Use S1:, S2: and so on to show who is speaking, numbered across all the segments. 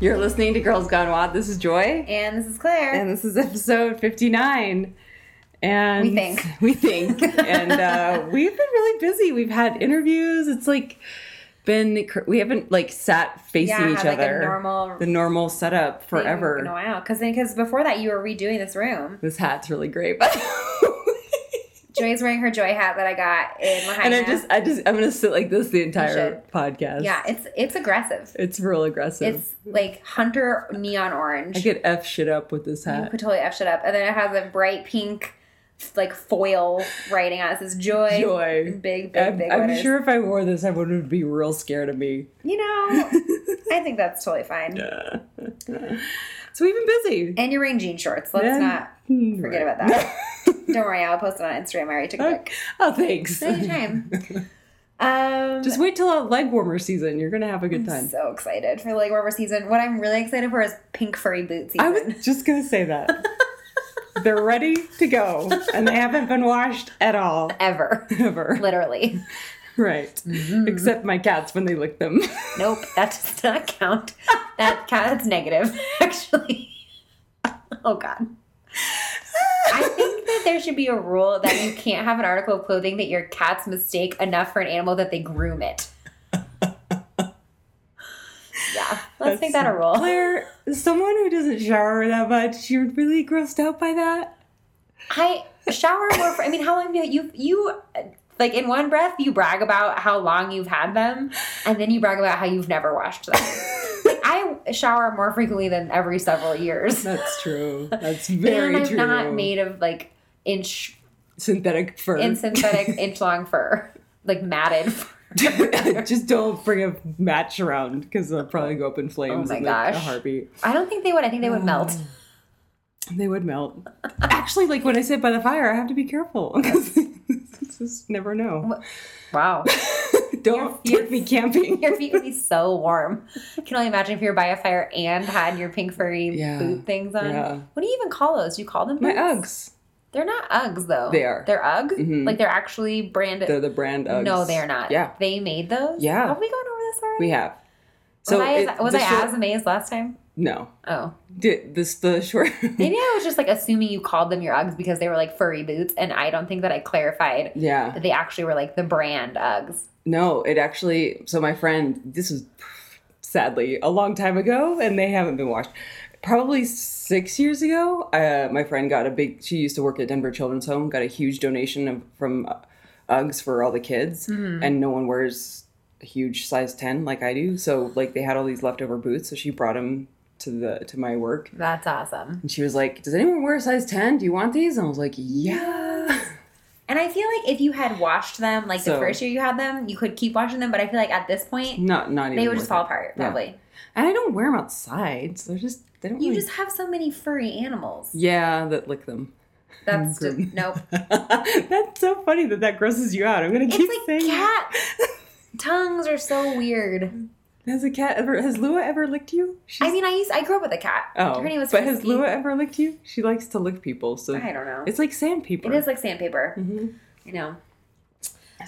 S1: You're listening to Girls Gone Wild. This is Joy,
S2: And this is Claire.
S1: and this is episode 59. And
S2: We think.
S1: we think, and uh, we've been really busy. We've had interviews. It's like been cr- we haven't like sat facing
S2: Yeah,
S1: each
S2: like a
S1: other.
S2: normal-
S1: the normal setup forever.
S2: No, wow. Because because before that, you were redoing this room.
S1: This hat's really great, but
S2: Joy's wearing her joy hat that I got in
S1: and
S2: Lahaina.
S1: I just I just I'm gonna sit like this the entire
S2: should.
S1: podcast.
S2: yeah, it's it's aggressive.
S1: it's real aggressive.
S2: It's like hunter neon orange.
S1: I could f shit up with this
S2: you
S1: hat.
S2: could totally f shit up. And then it has a bright pink like foil writing on it. It says joy.
S1: Joy.
S2: Big big
S1: I'm,
S2: big.
S1: I'm
S2: letters.
S1: sure if I wore this, everyone would be real scared of me.
S2: You know, I think that's totally fine.
S1: so we've been busy.
S2: And you're wearing jean shorts. Let's
S1: Yeah.
S2: not
S1: Hmm,
S2: forget
S1: right.
S2: about that. Don't worry, I'll post it on Instagram. I already took a pic.
S1: oh, thanks.
S2: Anytime. Um,
S1: Just wait till a leg warmer season. You're gonna have a good time.
S2: so excited for leg warmer season. What I'm really excited for is pink furry boot season.
S1: I was just gonna say that. They're ready to go, and they haven't been washed at all
S2: ever,
S1: ever.
S2: literally.
S1: Right.
S2: mm-hmm.
S1: Except my cats when they lick them.
S2: Nope, that does not count. That count, that's negative, actually. Oh God. I think that there should be a rule that you can't have an article of clothing that your cats mistake enough for an animal that they groom it. Yeah, let's make that a rule.
S1: Claire, someone who doesn't shower that much, you're really grossed out by that.
S2: I shower more. For, I mean, how long do you you like in one breath you brag about how long you've had them, and then you brag about how you've never washed them. like I shower more frequently than every several years,
S1: That's true. That's
S2: and
S1: very
S2: I'm
S1: true.
S2: not made of like inch
S1: synthetic fur.
S2: in synthetic inch long fur, like matted. Fur.
S1: Just don't bring a match around because they'll probably go up in flames
S2: Oh my
S1: in like, a
S2: gosh.
S1: heartbeat.
S2: I don't think they would. I think they would melt.
S1: Oh. They would melt. Actually, like when I sit by the fire, I have to be careful. 'cause just never know.
S2: Wow,
S1: Don't take me camping.
S2: your feet would be so warm. I can only imagine if you were by a fire and had your pink furry
S1: Yeah.
S2: boot things on.
S1: Yeah.
S2: What do you even call those? Do you call them
S1: My
S2: boots?
S1: Uggs.
S2: They're not Uggs though.
S1: They are.
S2: They're Ugg.
S1: Mhm.
S2: Like they're actually branded.
S1: They're the brand Uggs.
S2: no, they are not.
S1: Yeah,
S2: they made those.
S1: Yeah.
S2: have we gone over this already?
S1: we have. So
S2: was I,
S1: it-
S2: as, was
S1: the
S2: I
S1: short-
S2: as amazed last time?
S1: No,
S2: Oh,
S1: Di- this the short.
S2: maybe I was just like assuming you called them your Uggs because they were like furry boots, and I don't think that I clarified
S1: yeah.
S2: that they actually were like the brand Uggs.
S1: No, it actually. So my friend, this was sadly a long time ago, and they haven't been washed. Probably six years ago, uh, my friend got a big. She used to work at Denver Children's Home. Got a huge donation of, from uh, UGGs for all the kids,
S2: Mm-hmm.
S1: and no one wears a huge size ten like I do. So like they had all these leftover boots, so she brought them to the to my work,
S2: That's awesome.
S1: and she was like, "Does anyone wear a size ten? Do you want these?" And I was like, "Yeah."
S2: And I feel like if you had washed them, like
S1: So-
S2: the first year you had them, you could keep washing them. But I feel like at this point,
S1: Not not even.
S2: they would just
S1: worth
S2: fall
S1: it.
S2: apart
S1: Yeah.
S2: probably.
S1: And I don't wear them outside, so they're just they don't.
S2: You
S1: really
S2: just have so many furry animals.
S1: Yeah, that lick them.
S2: That's just nope.
S1: That's so funny that that grosses you out. I'm gonna keep
S2: It's like
S1: saying. that.
S2: cat tongues are so weird.
S1: Has a cat ever? Has Lua ever licked you? She's,
S2: I mean, I used I grew up with a cat.
S1: oh,
S2: her name was
S1: but has
S2: Frisky.
S1: Lua ever licked you? She likes to lick people, so
S2: I don't know.
S1: it's like sandpaper. Mm-hmm.
S2: It is like sandpaper. You know.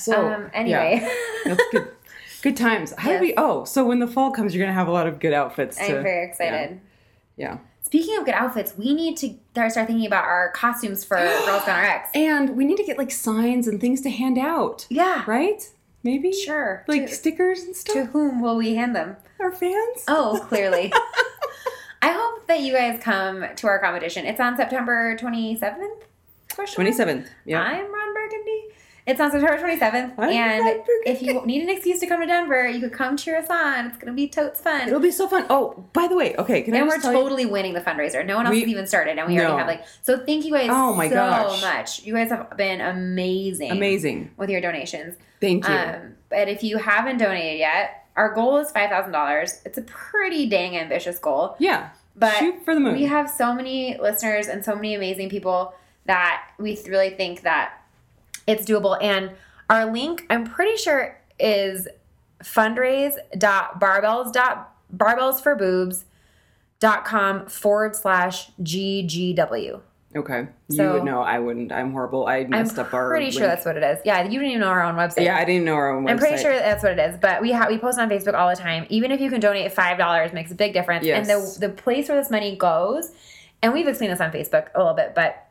S1: So
S2: um. Anyway,
S1: yeah, Oh, that's good. Good times. How do we? Oh, so when the fall comes, you're gonna have a lot of good outfits. To,
S2: I'm very excited.
S1: Yeah.
S2: Speaking of good outfits, we need to start start thinking about our costumes for Girls Gone RX.
S1: And we need to get like signs and things to hand out,
S2: Yeah.
S1: right? Maybe
S2: Sure.
S1: like
S2: to,
S1: stickers and stuff.
S2: to whom will we hand them?
S1: Our fans.
S2: Oh, clearly. I hope that you guys come to our competition. It's on September 27th? Question mark?
S1: Twenty seventh. Yeah.
S2: I'm Ron Burgundy. It's on September 27th.
S1: I'm
S2: and
S1: Ron Burgundy.
S2: if you need an excuse to come to Denver, you could come cheer us on. It's going to be totes fun.
S1: It'll be so fun. Oh, by the way, okay, can I
S2: and
S1: just
S2: we're
S1: tell you-
S2: totally winning the fundraiser. No one else
S1: We-
S2: has even started, and we
S1: No.
S2: already have like. So thank you guys
S1: Oh my
S2: so
S1: gosh.
S2: much. You guys have been amazing,
S1: amazing?
S2: with your donations.
S1: Thank you.
S2: Um, but if you haven't donated yet, our goal is five thousand dollars. It's a pretty dang ambitious goal.
S1: yeah,
S2: but
S1: shoot for the moon.
S2: We have so many listeners and so many amazing people that we th- really think that it's doable. And our link, I'm pretty sure, is fundraise.barbells.barbellsforboobs.com forward slash GGW.
S1: Okay. you
S2: So-
S1: would know. I wouldn't. I'm horrible. I
S2: I'm
S1: messed up our.
S2: pretty sure
S1: link.
S2: that's what it is. Yeah, you didn't even know our own website.
S1: Yeah, I didn't know our own website.
S2: I'm pretty sure that's what it is. But we ha- we post on Facebook all the time. Even if you can donate five dollars, makes a big difference. And
S1: Yes.
S2: the the place where this money goes, and we've explained this on Facebook a little bit, but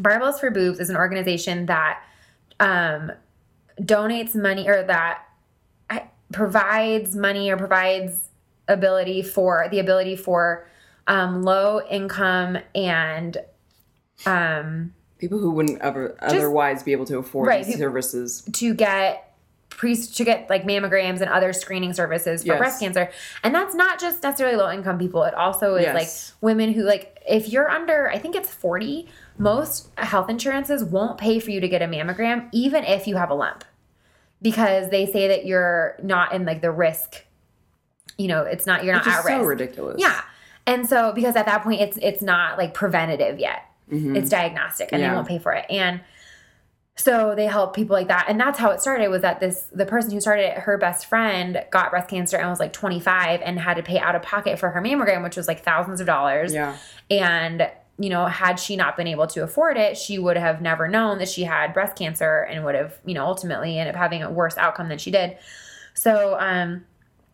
S2: Barbells for Boobs is an organization that um, donates money or that I- provides money or provides ability for the ability for um, low income and um,
S1: people who wouldn't ever otherwise be able to afford
S2: Right,
S1: these
S2: who-
S1: services.
S2: to get pre to get like mammograms and other screening services for
S1: Yes.
S2: breast cancer. And that's not just necessarily low income people. It also is
S1: Yes.
S2: like women who like if you're under I think it's 40, most health insurances won't pay for you to get a mammogram even if you have a lump. Because they say that you're not in like the risk you know, it's not you're not
S1: Which is
S2: at
S1: so
S2: risk.
S1: ridiculous.
S2: Yeah. And so because at that point it's it's not like preventative yet.
S1: Mm-hmm.
S2: It's diagnostic and they
S1: Yeah.
S2: won't pay for it. And so they help people like that. And that's how it started was that this the person who started it, her best friend got breast cancer and was like 25 and had to pay out of pocket for her mammogram, which was like thousands of dollars.
S1: Yeah.
S2: And you know, had she not been able to afford it, she would have never known that she had breast cancer and would have, you know, ultimately ended up having a worse outcome than she did. So, um,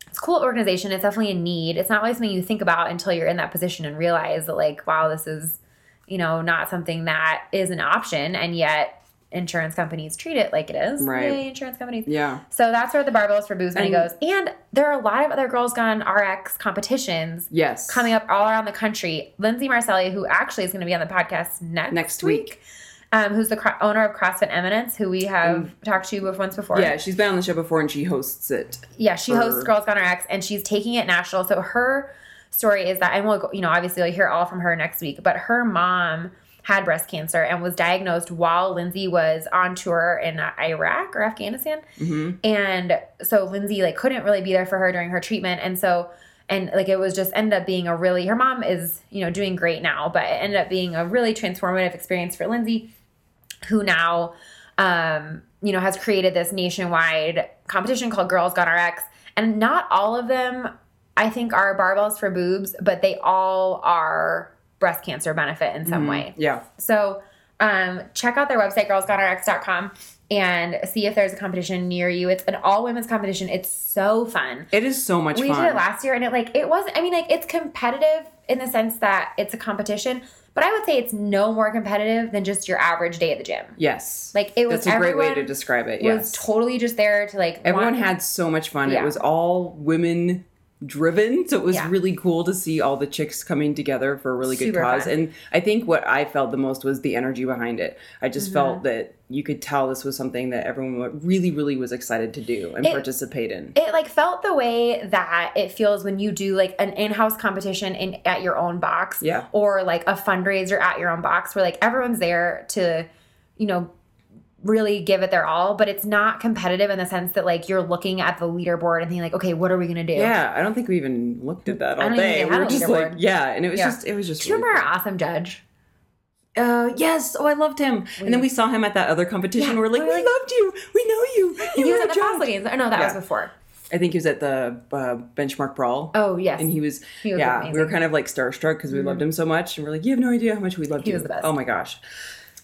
S2: it's a cool organization. It's definitely a need. It's not always something you think about until you're in that position and realize that, like, wow, this is, you know, not something that is an option, and yet insurance companies treat it like it is.
S1: Right.
S2: Yay, insurance companies.
S1: Yeah.
S2: So that's where the barbells for booze money
S1: And-
S2: goes. And there are a lot of other Girls Gone RX competitions
S1: Yes.
S2: coming up all around the country. Lindsay Marcelli, who actually is going to be on the podcast next
S1: Next week.
S2: um, who's the cro- owner of CrossFit Eminence, who we have talked to bef- once before.
S1: Yeah, she's been on the show before and she hosts it.
S2: Yeah, she hosts
S1: for-
S2: Girls Gone RX, and she's taking it national. So her story is that, and we'll, go, you know, obviously you'll hear all from her next week. But her mom had breast cancer and was diagnosed while Lindsay was on tour in Iraq or Afghanistan,
S1: Mhm.
S2: and so Lindsay like couldn't really be there for her during her treatment, and so. And like it was just ended up being a really her mom is you know doing great now, but it ended up being a really transformative experience for Lindsay who now um, you know has created this nationwide competition called girls got rx and not all of them i think are barbells for boobs but they all are breast cancer benefit in some way
S1: Yeah.
S2: so um, check out their website girlsgonerx.com and see if there's a competition near you it's an all women's competition it's so fun
S1: It is so much
S2: we
S1: fun.
S2: did it last year and it like it wasn't i mean like it's competitive in the sense that it's a competition but i would say it's no more competitive than just your average day at the gym
S1: yes.
S2: like it was
S1: That's a great way
S2: everyone
S1: to describe it.
S2: was
S1: Yes.
S2: totally just there to like
S1: Everyone
S2: want-
S1: had so much fun.
S2: Yeah.
S1: It was all women driven, so it was
S2: Yeah.
S1: really cool to see all the chicks coming together for a really good
S2: Super
S1: cause.
S2: fun.
S1: And I think what I felt the most was the energy behind it. I
S2: Mm-hmm.
S1: just felt that you could tell this was something that everyone wa- really, really was excited to do and
S2: It-
S1: participate in.
S2: it like felt the way that it feels when you do like an in-house competition in at your own box
S1: Yeah.
S2: or like a fundraiser at your own box where like everyone's there to you know really give it their all but it's not competitive in the sense that like you're looking at the leaderboard and thinking like okay what are we gonna do
S1: yeah, I don't think we even looked at that
S2: I
S1: all
S2: don't even
S1: day.
S2: think
S1: We
S2: they
S1: were
S2: had a
S1: just
S2: leaderboard.
S1: like, yeah, and it was
S2: Yeah.
S1: just, it was just.
S2: do you
S1: really
S2: remember our awesome judge
S1: Uh, yes. Oh, I loved him. And then we saw him at that other competition.
S2: Yeah,
S1: we're like,
S2: we
S1: we,
S2: were like-
S1: loved you. We know you. You
S2: he was
S1: were
S2: at the
S1: a
S2: fossil
S1: judge."
S2: games no that was
S1: Yeah.
S2: before
S1: I think he was at the uh, benchmark brawl.
S2: oh yes
S1: And he was,
S2: He was
S1: yeah, we
S2: amazing. Mm-hmm.
S1: were kind of like starstruck because we loved him so much. And we're like, you have no idea how much we loved
S2: He
S1: you.
S2: was the best.
S1: Oh my gosh.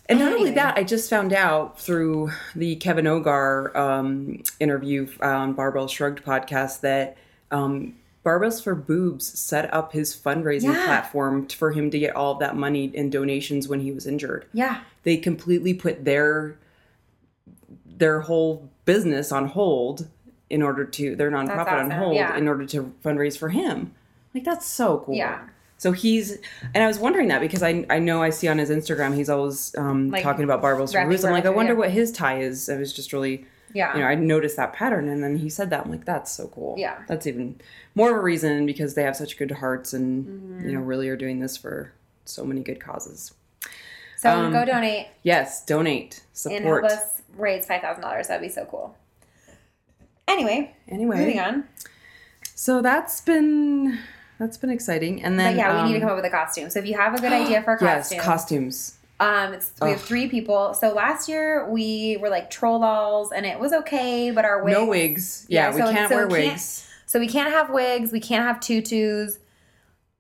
S1: And not only
S2: Anyway.
S1: that, I just found out through the Kevin Ogar um, interview on Barbell Shrugged podcast that um, Barbells for Boobs set up his fundraising
S2: Yeah.
S1: platform t- for him to get all of that money and donations when he was injured.
S2: yeah
S1: They completely put their their whole business on hold in order to their nonprofit on
S2: awesome.
S1: hold
S2: Yeah.
S1: in order to fundraise for him. Like that's so cool.
S2: Yeah.
S1: So he's and I was wondering that because I I know I see on his Instagram he's always um,
S2: Like,
S1: talking about barbells for
S2: wrapping
S1: Bruce. I'm like I
S2: barbells,
S1: wonder
S2: yeah.
S1: what his tie is. I was just really
S2: yeah
S1: you know I noticed that pattern and then he said that I'm like that's so cool.
S2: Yeah.
S1: That's even more of a reason because they have such good hearts and
S2: Mm-hmm.
S1: you know really are doing this for so many good causes.
S2: so
S1: um,
S2: go donate
S1: Yes, donate,
S2: and
S1: support.
S2: help us raise five thousand dollars. That'd be so cool. Anyway,
S1: Anyway,
S2: moving on.
S1: So that's been that's been exciting. And
S2: But
S1: then
S2: yeah, we need to
S1: um,
S2: come up with a costume. So if you have a good idea for a costume,
S1: Yes, costumes.
S2: um, it's, we have three people. So last year we were like troll dolls, and it was okay, but our wigs.
S1: No wigs. Yeah,
S2: Yeah,
S1: we
S2: so-
S1: can't
S2: so
S1: wear
S2: we can't-
S1: wigs.
S2: So we can't have wigs. We can't have tutus.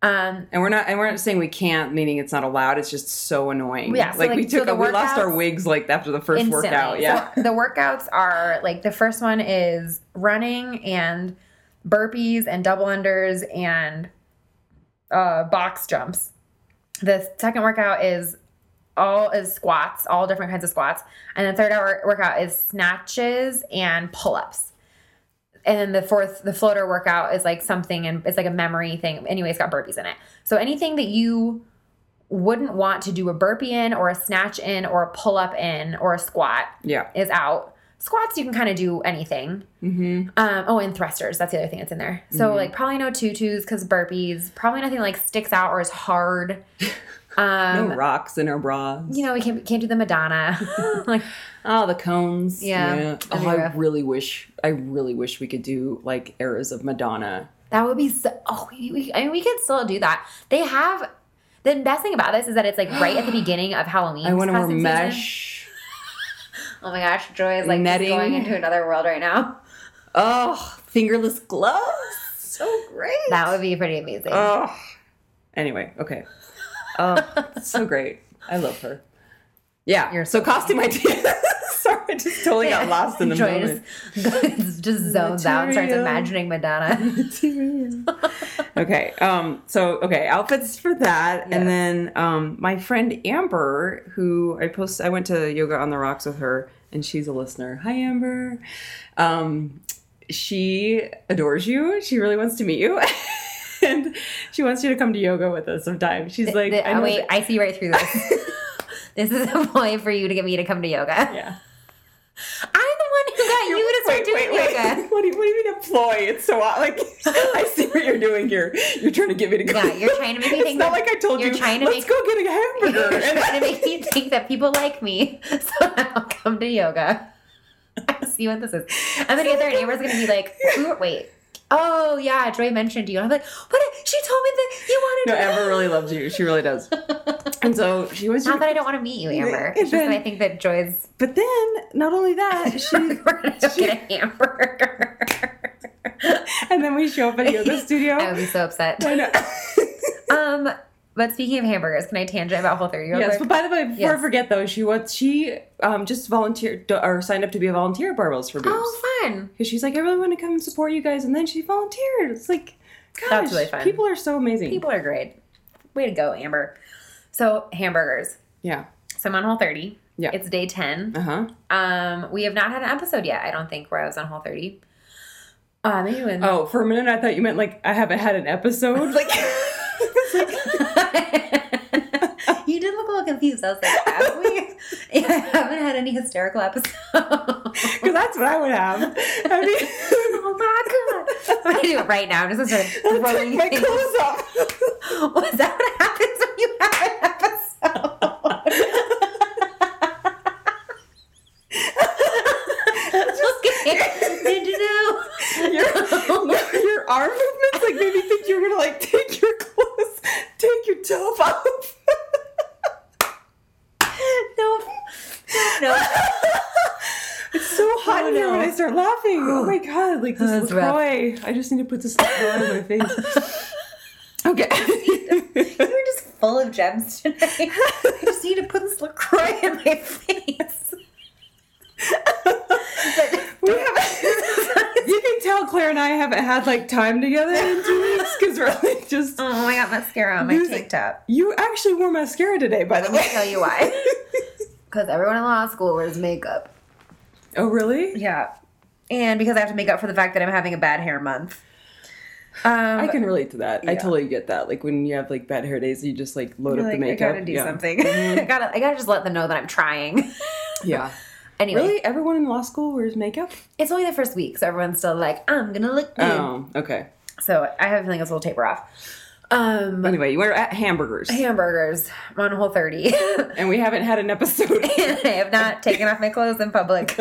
S2: Um,
S1: And we're not and we're not saying we can't, meaning it's not allowed. It's just so annoying.
S2: Yeah, so,
S1: like,
S2: like,
S1: we
S2: so
S1: took
S2: the
S1: a- we lost our
S2: workouts-
S1: wigs like after the first
S2: instantly.
S1: workout. Yeah.
S2: So the workouts are like the first one is running and burpees and double unders and uh, box jumps. The second workout is all is squats, all different kinds of squats, and the third hour workout is snatches and pull ups. And then the fourth, the floater workout is like something, and it's like a memory thing. Anyway, it's got burpees in it. So anything that you wouldn't want to do a burpee in or a snatch in or a pull up in or a squat
S1: yeah.
S2: is out. Squats, you can kind of do anything.
S1: Mm-hmm.
S2: Um, oh, and thrusters. That's the other thing that's in there. So, like, probably no tutus because burpees. Probably nothing like sticks out or is hard. Um,
S1: no rocks in our bras.
S2: You know, we can't, can't do the Madonna. like,
S1: Oh, the cones.
S2: Yeah, that'd
S1: Oh,
S2: be
S1: I
S2: rough.
S1: really wish. I really wish we could do like eras of Madonna.
S2: that would be so. Oh, we, we, I mean, we could still do that. They have. The best thing about this is that it's like right at the beginning of Halloween.
S1: I want to wear
S2: costume season.
S1: mesh.
S2: Oh my gosh, Joy is like just
S1: Netting.
S2: going into another world right now.
S1: Oh, fingerless gloves. So great.
S2: That would be pretty amazing.
S1: Oh. Anyway, okay. Oh, so great. I love her. Yeah.
S2: You're
S1: so
S2: so
S1: costume ideas. Sorry, I just totally got lost in the
S2: Joy
S1: moment.
S2: Just, just zones out and starts
S1: Material.
S2: imagining Madonna.
S1: okay. Um, so okay, outfits for that.
S2: Yeah.
S1: And then um my friend Amber, who I post I went to Yoga on the Rocks with her and she's a listener. Hi Amber. Um she adores you. She really wants to meet you. and she wants you to come to yoga with us sometime. She's like
S2: The-
S1: I know
S2: wait,
S1: that-
S2: I see right through this. this is a ploy for you to get me to come to yoga.
S1: yeah.
S2: I'm the one who got you to start doing yoga.
S1: What do you, what do you mean employ? It's so odd. Like I see what you're doing here. You're trying to get me to go.
S2: Yeah, you're trying to make me
S1: It's
S2: think
S1: not
S2: that-
S1: like I told
S2: you're
S1: you.
S2: trying to
S1: Let's
S2: make-
S1: go get a hamburger.
S2: You're
S1: and-
S2: trying to make me think that people like me, so I'll come to yoga. I see what this is. I'm gonna get there, and Amber's gonna be like, "Who- "Wait, oh yeah, Joy mentioned you." I'm like, "What? She told me that you wanted
S1: No,
S2: to."
S1: Amber really loves you. She really does. And so she was.
S2: Not that I don't want to meet you, Amber. It's just that I think that Joy's
S1: But then, not only that, she
S2: We're gonna
S1: She-
S2: get a hamburger.
S1: and then we show up at yoga studio.
S2: I would be so upset.
S1: I know.
S2: Um, but speaking of hamburgers, can I tangent about Whole 30 real
S1: yes, but
S2: quick?
S1: by the way, before
S2: Yes.
S1: I forget though, she was she um, just volunteered or signed up to be a volunteer at Barbells for Boobs
S2: Oh, fun.
S1: because she's like, I really want to come and support you guys, and then she volunteered. It's like, gosh,
S2: That's really fun.
S1: people are so amazing.
S2: People are great. Way to go, Amber. So, hamburgers.
S1: Yeah.
S2: So, I'm on Whole 30.
S1: Yeah.
S2: It's day 10.
S1: Uh huh.
S2: Um, we have not had an episode yet, I don't think, where I was on Whole 30. Uh, maybe when.
S1: Oh, for a minute I thought you meant like I haven't had an episode. Like, it's like
S2: you did look a little confused. I was like, have we? Yeah, I haven't had any hysterical episodes.
S1: Because that's what I would have. I mean,
S2: Oh my god! I'm gonna do it right now. I'm just gonna start throwing
S1: my
S2: things.
S1: clothes off.
S2: Was that what happens when you have an episode? okay. Did you know?
S1: your, your, your arm movements like made me think you were gonna like take your clothes, take your top off.
S2: Nope. No.
S1: It's so hot
S2: Oh,
S1: in here
S2: no.
S1: when I start laughing. Oh my god, like this
S2: That's rough.
S1: LaCroix. I just need to put this LaCroix on my face. Okay.
S2: You were just full of gems today. I just need to put this LaCroix in my face.
S1: we haven't, you can tell Claire and I haven't had like time together in two weeks because we're like just
S2: Oh, I got mascara on my
S1: Losing-
S2: tank top.
S1: You actually wore mascara today, by the
S2: Let me
S1: way.
S2: tell you why. Because everyone in law school wears makeup.
S1: oh, really?
S2: Yeah. And because I have to make up for the fact that I'm having a bad hair month. Um,
S1: I can relate to that. I
S2: Yeah.
S1: totally get that. Like when you have like bad hair days, you just like load
S2: feel
S1: up
S2: like
S1: the makeup.
S2: I gotta do
S1: yeah.
S2: something. I gotta, I gotta just let them know that I'm trying.
S1: Yeah.
S2: anyway,
S1: Really? Everyone in law school wears makeup?
S2: it's only the first week, so everyone's still like, I'm gonna look good.
S1: Oh, okay.
S2: So I have a feeling this will taper off. Um,
S1: Anyway, we're at hamburgers,
S2: hamburgers I'm on whole 30.
S1: and we haven't had an episode.
S2: and I have not taken off my clothes in public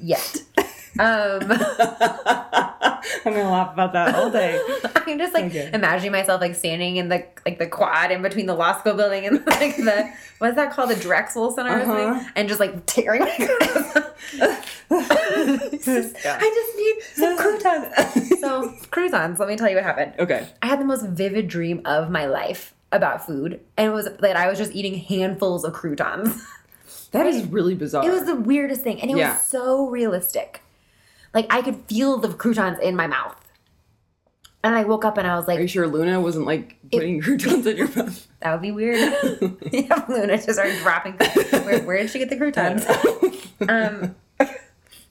S2: yet. Um,
S1: I'm gonna laugh about that all day.
S2: I'm just like
S1: Okay.
S2: imagining myself like standing in the like the quad in between the Lasco building and like the what's that called the Drexel Center or
S1: Uh-huh.
S2: something, and just like tearing my clothes. up. It's just-
S1: Yeah.
S2: I just need some croutons. so croutons. Let me tell you what happened.
S1: Okay.
S2: I had the most vivid dream of my life about food, and it was that I was just eating handfuls of croutons.
S1: That is really bizarre.
S2: It was the weirdest thing, and it
S1: Yeah.
S2: was so realistic. Like I could feel the croutons in my mouth, and I woke up and I was like,
S1: Are you sure Luna wasn't like putting croutons in your mouth?
S2: That would be weird. yeah, Luna just started dropping. Where, where did she get the croutons? um,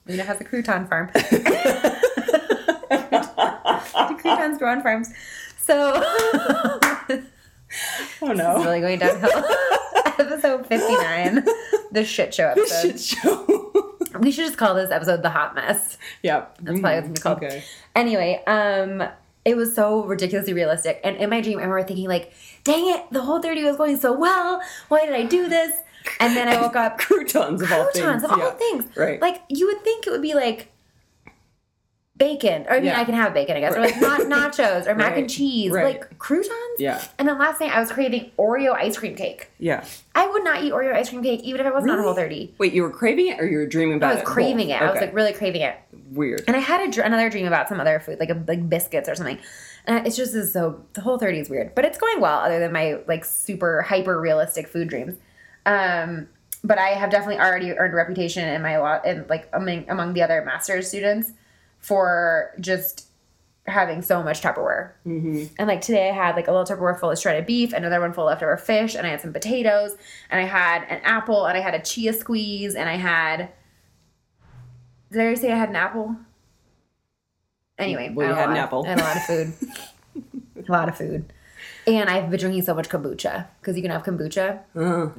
S2: Luna has a crouton farm. the croutons grow on farms. So
S1: Oh
S2: it's
S1: no.
S2: really going downhill. episode 59, the shit show
S1: Shit
S2: episode.
S1: show.
S2: We should just call this episode the hot mess.
S1: yeah. That's
S2: probably what it's gonna be called.
S1: Okay.
S2: Anyway, um, it was so ridiculously realistic. And in my dream, I remember thinking like, dang it, the whole 30 was going so well. Why did I do this? And then I woke up
S1: Croutons of all
S2: croutons
S1: things.
S2: of all
S1: yeah.
S2: things.
S1: Right.
S2: Like you would think it would be like bacon. Or I mean,
S1: Yeah.
S2: I can have bacon, I guess. Or like na- nachos or mac
S1: Right.
S2: and cheese.
S1: Right.
S2: Like croutons.
S1: Yeah.
S2: And then last night I was craving Oreo ice cream cake.
S1: yeah.
S2: I would not eat Oreo ice cream cake even if I wasn't on
S1: Really?
S2: Whole 30.
S1: Wait, you were craving it or you were dreaming about
S2: I
S1: it?
S2: was craving
S1: Both.
S2: it. I was
S1: Okay.
S2: like really craving it.
S1: weird.
S2: And I had a, dr- another dream about some other food, like a, like biscuits or something. And it's just is so the whole thirty is weird, but it's going well. Other than my like super hyper realistic food dreams, um, but I have definitely already earned a reputation in my lot and like among among the other master's students for just having so much Tupperware. Mm-hmm. And like today, I had like a little Tupperware full of shredded beef, another one full of leftover fish, and I had some potatoes, and I had an apple, and I had a chia squeeze, and I had. Did I already say I had an apple? Anyway,
S1: Well,
S2: I
S1: you
S2: a
S1: had an
S2: lot-
S1: apple.
S2: I had a lot of food. a lot of food. And I've been drinking so much kombucha because you can have kombucha.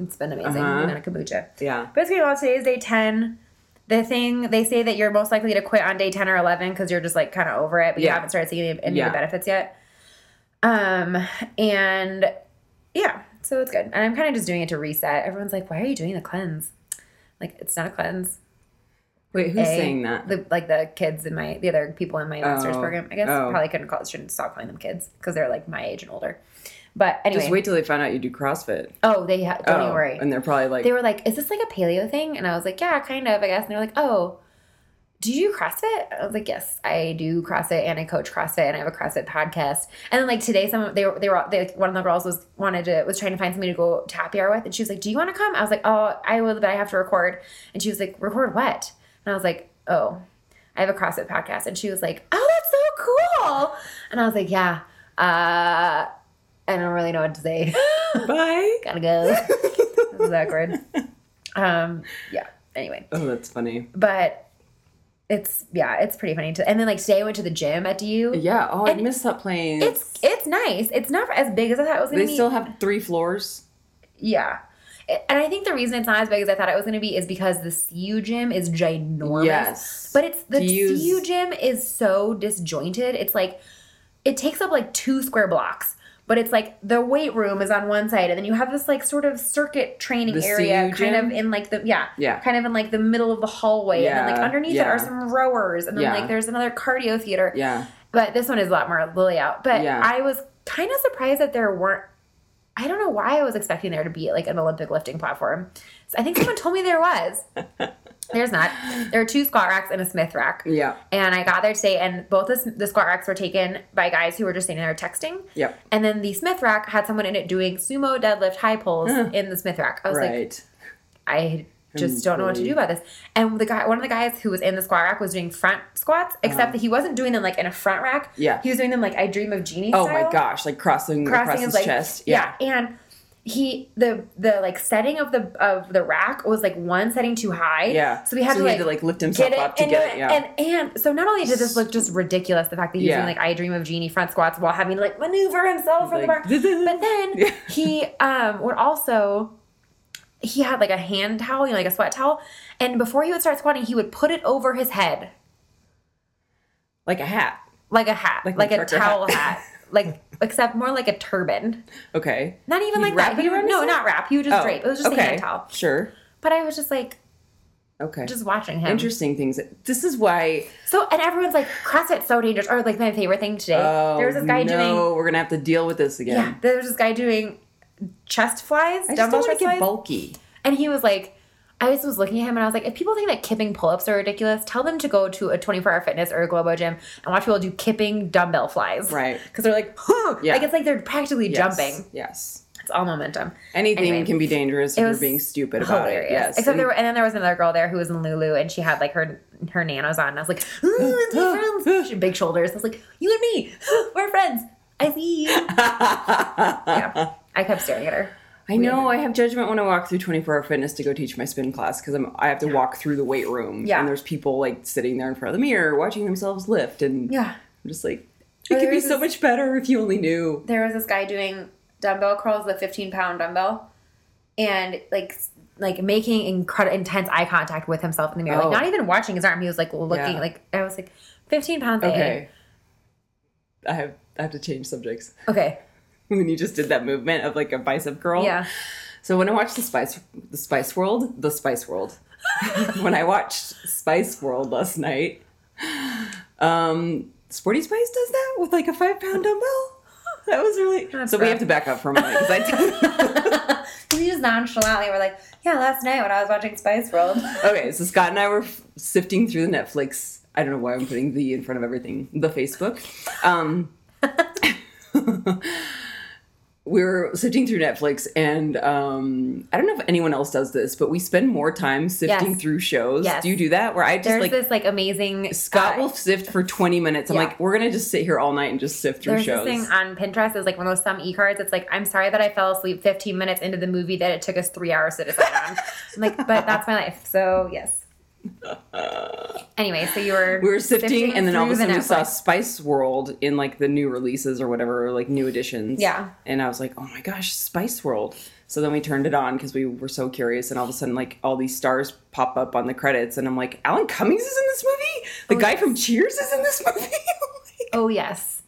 S2: It's been amazing.
S1: Uh-huh.
S2: The amount of kombucha.
S1: Yeah.
S2: But it's getting well. Today is day 10. The thing they say that you're most likely to quit on day 10 or 11 because you're just like kind of over it, but you
S1: Yeah.
S2: haven't started seeing any, any
S1: Yeah.
S2: of the benefits yet. Um, and yeah, so it's good. And I'm kind of just doing it to reset. Everyone's like, why are you doing the cleanse? Like, it's not a cleanse.
S1: Wait, who's
S2: A,
S1: saying that?
S2: The, like the kids in my, the other people in my master's
S1: Oh.
S2: program, I guess.
S1: Oh.
S2: Probably couldn't call, shouldn't stop calling them kids because they're like my age and older. But anyway.
S1: Just wait till they find out you do CrossFit.
S2: Oh, they ha- don't
S1: Oh,
S2: even worry.
S1: And they're probably like,
S2: they were like, "Is this like a paleo thing?" And I was like, "Yeah, kind of, I guess." And they were like, "Oh, do you do CrossFit?" I was like, "Yes, I do CrossFit and I coach CrossFit and I have a CrossFit podcast." And then like today, some they were they were they, like, one of the girls was wanted to was trying to find somebody to go to happy hour with, and she was like, "Do you want to come?" I was like, "Oh, I will, but I have to record." And she was like, "Record what?" And I was like, "Oh, I have a CrossFit podcast." And she was like, "Oh, that's so cool!" And I was like, "Yeah." Uh, I don't really know what to say.
S1: bye.
S2: gotta go. this is awkward. Um, yeah. Anyway,
S1: Oh, that's funny.
S2: but it's yeah, it's pretty funny. To, and then like today, I went to the gym at DU.
S1: Yeah. Oh, I missed that plane.
S2: It's it's nice. It's not as big as I thought it was gonna
S1: they
S2: be.
S1: still have three floors.
S2: yeah. It- And I think the reason it's not as big as I thought it was going to be is because the CU gym is ginormous.
S1: Yes.
S2: But it's the
S1: DU's
S2: CU gym is so disjointed. It's like it takes up like two square blocks. But it's like the weight room is on one side, and then you have this like sort of circuit training
S1: The
S2: area,
S1: CU
S2: kind
S1: gym?
S2: of in like the yeah,
S1: Yeah.
S2: kind of in like the middle of the hallway, and then like
S1: Yeah,
S2: underneath it
S1: yeah.
S2: are some rowers, and then
S1: Yeah.
S2: like there's another cardio theater.
S1: Yeah.
S2: But this one is a lot more lily out. But
S1: Yeah.
S2: I was kind of surprised that there weren't. I don't know why I was expecting there to be like an Olympic lifting platform. So I think someone told me there was. There's not. There are two squat racks and a Smith rack.
S1: Yeah.
S2: And I got there today, and both the, the squat racks were taken by guys who were just standing there texting.
S1: Yep.
S2: And then the Smith rack had someone in it doing sumo deadlift high pulls in the Smith rack. I was like,
S1: Right.
S2: I just don't know what to do
S1: Really?
S2: about this. And the guy, one of the guys who was in the squat rack was doing front squats, except that he wasn't doing them like in a front rack.
S1: Uh-huh. Yeah.
S2: he was doing them like I dream of genie.
S1: oh
S2: style,
S1: my gosh! Like crossing, across his
S2: like,
S1: chest.
S2: Yeah. and he the the like setting of the of the rack was like one setting too high.
S1: Yeah.
S2: so we had, to,
S1: he
S2: like,
S1: to like lift himself
S2: Get it,
S1: up to
S2: and,
S1: get it. Yeah.
S2: and and so not only did this look just ridiculous, the fact that he was
S1: Yeah.
S2: doing like I dream of genie front squats while having to like maneuver himself in the
S1: Like,
S2: bar, but then
S1: Yeah.
S2: he um would also he had like a hand towel, you know, like a sweat towel, and before he would start squatting, he would put it over his head
S1: like a hat.
S2: like a hat, like,
S1: Like
S2: a
S1: my trucker
S2: towel
S1: hat.
S2: hat. Like, except more like a turban.
S1: Okay. Oh.
S2: Not even
S1: You'd
S2: like that.
S1: wrap it
S2: He would-
S1: around
S2: no,
S1: yourself?
S2: not wrap. He would just drape. It was just a hand towel.
S1: Sure.
S2: But I was just like,
S1: Okay.
S2: Just watching him.
S1: Interesting things. This is why.
S2: So and everyone's like, CrossFit's so dangerous. Or like my favorite thing today.
S1: Oh,
S2: there was this guy
S1: no,
S2: doing
S1: we're gonna have to deal with this again.
S2: yeah. There was this guy doing chest flies,
S1: I just
S2: dumbbell
S1: don't want
S2: chest
S1: to get
S2: flies.
S1: bulky.
S2: And he was like, I just was looking at him and I was like, if people think that kipping pull-ups are ridiculous, tell them to go to a 24-hour fitness or a Globo gym and watch people do kipping dumbbell flies.
S1: Right.
S2: Because they're like, huh.
S1: Yeah.
S2: Like it's like they're practically
S1: Yes,
S2: jumping.
S1: Yes.
S2: It's all momentum.
S1: Anything
S2: Anyway,
S1: can be dangerous if you're
S2: was
S1: being stupid about it.
S2: Hilarious.
S1: Yes.
S2: Except
S1: And-
S2: there were, and then there was another girl there who was in Lulu and she had like her her nanos on and I was like, Ooh, it's my friends. She had big shoulders. I was like, you and me, we're friends. I see you. yeah. I kept staring at her.
S1: I know I have judgment when I walk through 24 hour fitness to go teach my spin class because I'm I have to walk through the weight room
S2: Yeah.
S1: and there's people like sitting there in front of the mirror watching themselves lift and
S2: Yeah. Oh,
S1: I'm just like
S2: Or
S1: it could
S2: there
S1: be
S2: was
S1: so much better if you only knew.
S2: There was this guy doing dumbbell curls, the 15 pound dumbbell, and like s- like making incredible intense eye contact with himself in the mirror.
S1: Oh.
S2: Like not even watching his arm. He was like looking
S1: Yeah.
S2: like I was like 15 pounds. eh?
S1: Okay. I have I have to change subjects.
S2: Okay.
S1: When you just did that movement of like a bicep curl.
S2: Yeah.
S1: So when I watched the Spice the Spice World, the Spice World. when I watched Spice World last night, um, Sporty Spice does that with like a five pound dumbbell. That was really
S2: That's
S1: so. We
S2: rough.
S1: have to back up for a minute because I.
S2: We just nonchalantly were like, yeah, last night when I was watching Spice World.
S1: okay, so Scott and I were f- sifting through the Netflix. I don't know why I'm putting the in front of everything. The Facebook. Um, we were sifting through Netflix, and um, I don't know if anyone else does this, but we spend more time sifting
S2: Yes.
S1: through shows.
S2: Yes.
S1: Do you do that? Where I just
S2: There's
S1: like
S2: this like amazing
S1: Scott
S2: uh,
S1: will sift for 20 minutes. I'm
S2: yeah.
S1: like, we're gonna just sit here all night and just sift through
S2: There's
S1: shows.
S2: this thing on Pinterest. It's like one of those some e cards. It's like, I'm sorry that I fell asleep 15 minutes into the movie that it took us three hours to decide on. I'm like, but that's my life. So, yes. Anyway, so you were.
S1: we were sifting, and then all of a
S2: through the
S1: sudden we saw
S2: Netflix.
S1: Spice World in like the new releases or whatever, or like new editions.
S2: Yeah.
S1: And I was like, oh my gosh, Spice World. So then we turned it on because we were so curious, and all of a sudden, like all these stars pop up on the credits, and I'm like, Alan Cummings is in this movie. The guy from Cheers is in this movie.
S2: Oh, yes.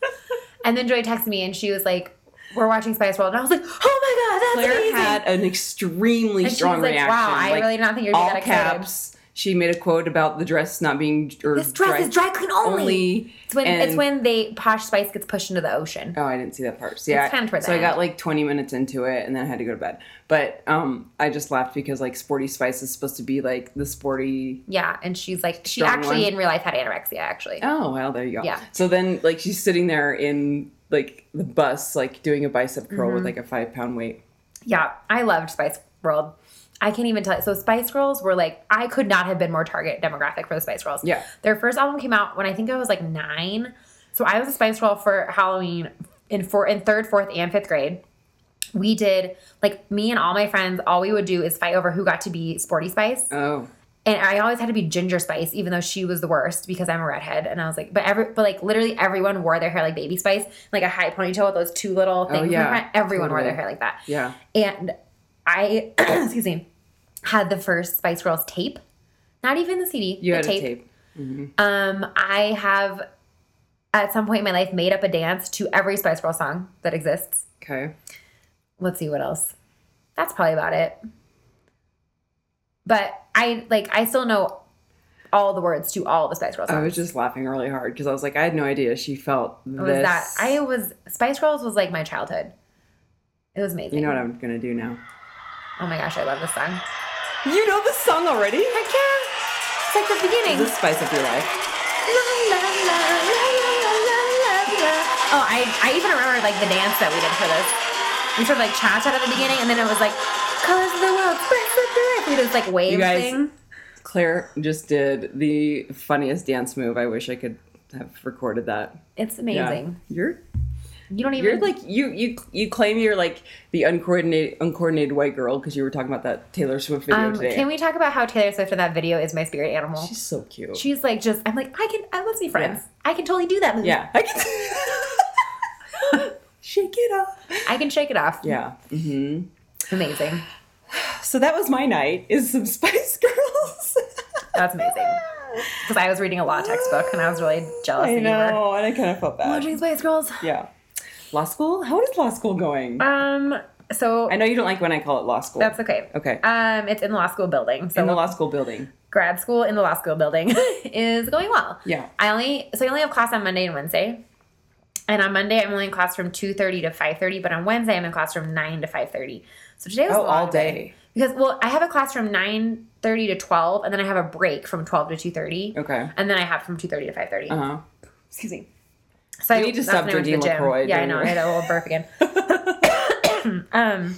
S2: and then Joy texted me and she was like, We're watching Spice World. And I was like, Oh my God, that's
S1: Claire
S2: amazing.
S1: had an extrememly
S2: And she
S1: strong
S2: was like,
S1: reaction.
S2: "Wow, I
S1: like,
S2: really did not think you were
S1: all
S2: that excited."
S1: caps. She made a quote about the dress not being or
S2: this dress is dry clean only.
S1: only.
S2: It's when it's
S1: and-
S2: when they posh spice gets pushed into the ocean.
S1: Oh, I didn't see that part. So yeah,
S2: kinda toward the
S1: so I got
S2: end.
S1: like 20 minutes into it, and then I had to go to bed. But um, I just laughed because like Sporty Spice is supposed to be like the sporty.
S2: Yeah, and she's like, she
S1: Strong
S2: actually
S1: one.
S2: in real life had anorexia. Actually,
S1: Oh well, there you go.
S2: Yeah.
S1: So then like she's sitting there in like the bus, like doing a bicep curl
S2: Mm-hmm.
S1: with like a five pound weight.
S2: yeah, I loved Spice World. I can't even tell you. So Spice Girls were like, I could not have been more target demographic for the Spice Girls.
S1: Yeah.
S2: their first album came out when I think I was like nine. So I was a Spice Girl for Halloween in four in third, fourth, and fifth grade. We did like me and all my friends. All we would do is fight over who got to be Sporty Spice.
S1: Oh,
S2: and I always had to be Ginger Spice, even though she was the worst because I'm a redhead. And I was like, but every, but like literally everyone wore their hair like Baby Spice, like a high ponytail with those two little things. in
S1: Oh, yeah.
S2: the front. everyone wore their
S1: Totally.
S2: hair like that.
S1: yeah.
S2: And I, excuse me, had the first Spice Girls tape, not even the CD.
S1: You
S2: the
S1: had a tape.
S2: Um, I have at some point in my life made up a dance to every Spice Girl song that exists.
S1: Okay.
S2: Let's see what else. That's probably about it. But I like I still know all the words to all the Spice Girls.
S1: I
S2: songs.
S1: was just laughing really hard because I was like, I had no idea she felt Oh, this.
S2: Oh. It was that I was Spice Girls was like my childhood. It was amazing.
S1: You know what I'm gonna do now.
S2: oh my gosh, I love this song. Heck
S1: You know this song already?
S2: yeah! It's like the beginning.
S1: This spice up your life.
S2: La, la, la, la, la, la, la, la. Oh, I I even remember like the dance that we did for this. We sort of like cha cha at the beginning, and then it was like colors of the world. Spice Up Your Life. We did this like wave
S1: You guys-
S2: thing.
S1: Claire just did the funniest dance move. I wish I could have recorded that.
S2: It's
S1: Yeah.
S2: amazing.
S1: You're
S2: You don't even
S1: you're like you you you claim you're like the uncoordinated uncoordinated white girl because you were talking about that Taylor Swift video
S2: Um,
S1: today.
S2: can we talk about how Taylor Swift in that video is my spirit animal?
S1: She's
S2: She's,
S1: so cute.
S2: like just I'm like I can I, let's be friends. I can totally do that movie.
S1: yeah. I can Shake it off.
S2: I can shake it off.
S1: Yeah. hmm
S2: Amazing.
S1: So that was my night. Is some Spice Girls.
S2: That's amazing. Because I was reading a law textbook and I was really jealous
S1: I
S2: that you were
S1: know, and I kind of felt bad.
S2: watching Spice Girls.
S1: Yeah. Law school? How is law school going?
S2: Um so
S1: I know you don't like when I call it law school.
S2: that's okay.
S1: okay.
S2: Um it's in the law school building. So
S1: in the law school building.
S2: grad school in the law school building is going well.
S1: Yeah.
S2: I only so I only have class on Monday and Wednesday. And on Monday I'm only in class from 2:30 to 5:30, but on Wednesday I'm in class from 9 to 5:30. So today was
S1: Oh,
S2: a long
S1: all day.
S2: Because well, I have a class from 9:30 to 12 and then I have a break from 12 to 2:30.
S1: Okay.
S2: And then I have from 2:30 to 5:30.
S1: Uh huh.
S2: Excuse me. So
S1: You need to
S2: that's
S1: stop
S2: when I went to
S1: drinking
S2: the gym.
S1: LaCroix
S2: Yeah, I
S1: during
S2: know. I
S1: your-
S2: had a little burp again. um,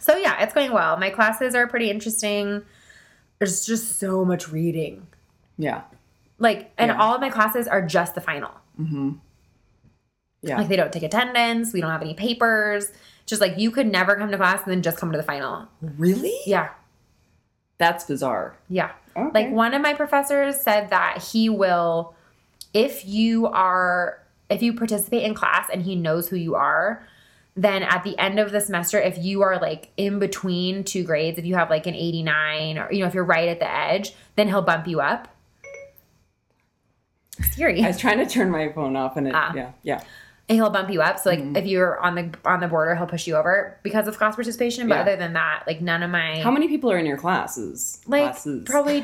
S2: so yeah, it's going well. My classes are pretty interesting. There's just so much reading.
S1: Yeah.
S2: Like, and
S1: Yeah.
S2: all of my classes are just the final.
S1: Yeah.
S2: Like, they don't take attendance. We don't have any papers. Just like you could never come to class and then just come to the final.
S1: really?
S2: Yeah,
S1: That's bizarre.
S2: yeah.
S1: Okay.
S2: Like one of my professors said that he will, if you are, if you participate in class and he knows who you are, then at the end of the semester, if you are like in between two grades, if you have like an 89 or, you know, if you're right at the edge, then he'll bump you up. Scary.
S1: I was trying to turn my phone off and it,
S2: Ah.
S1: yeah, yeah.
S2: And he'll bump you up. So like
S1: Mm-hmm.
S2: if you're on the on the border, he'll push you over because of class participation. But
S1: Yeah.
S2: other than that, like none of my
S1: How many people are in your classes?
S2: like
S1: classes?
S2: probably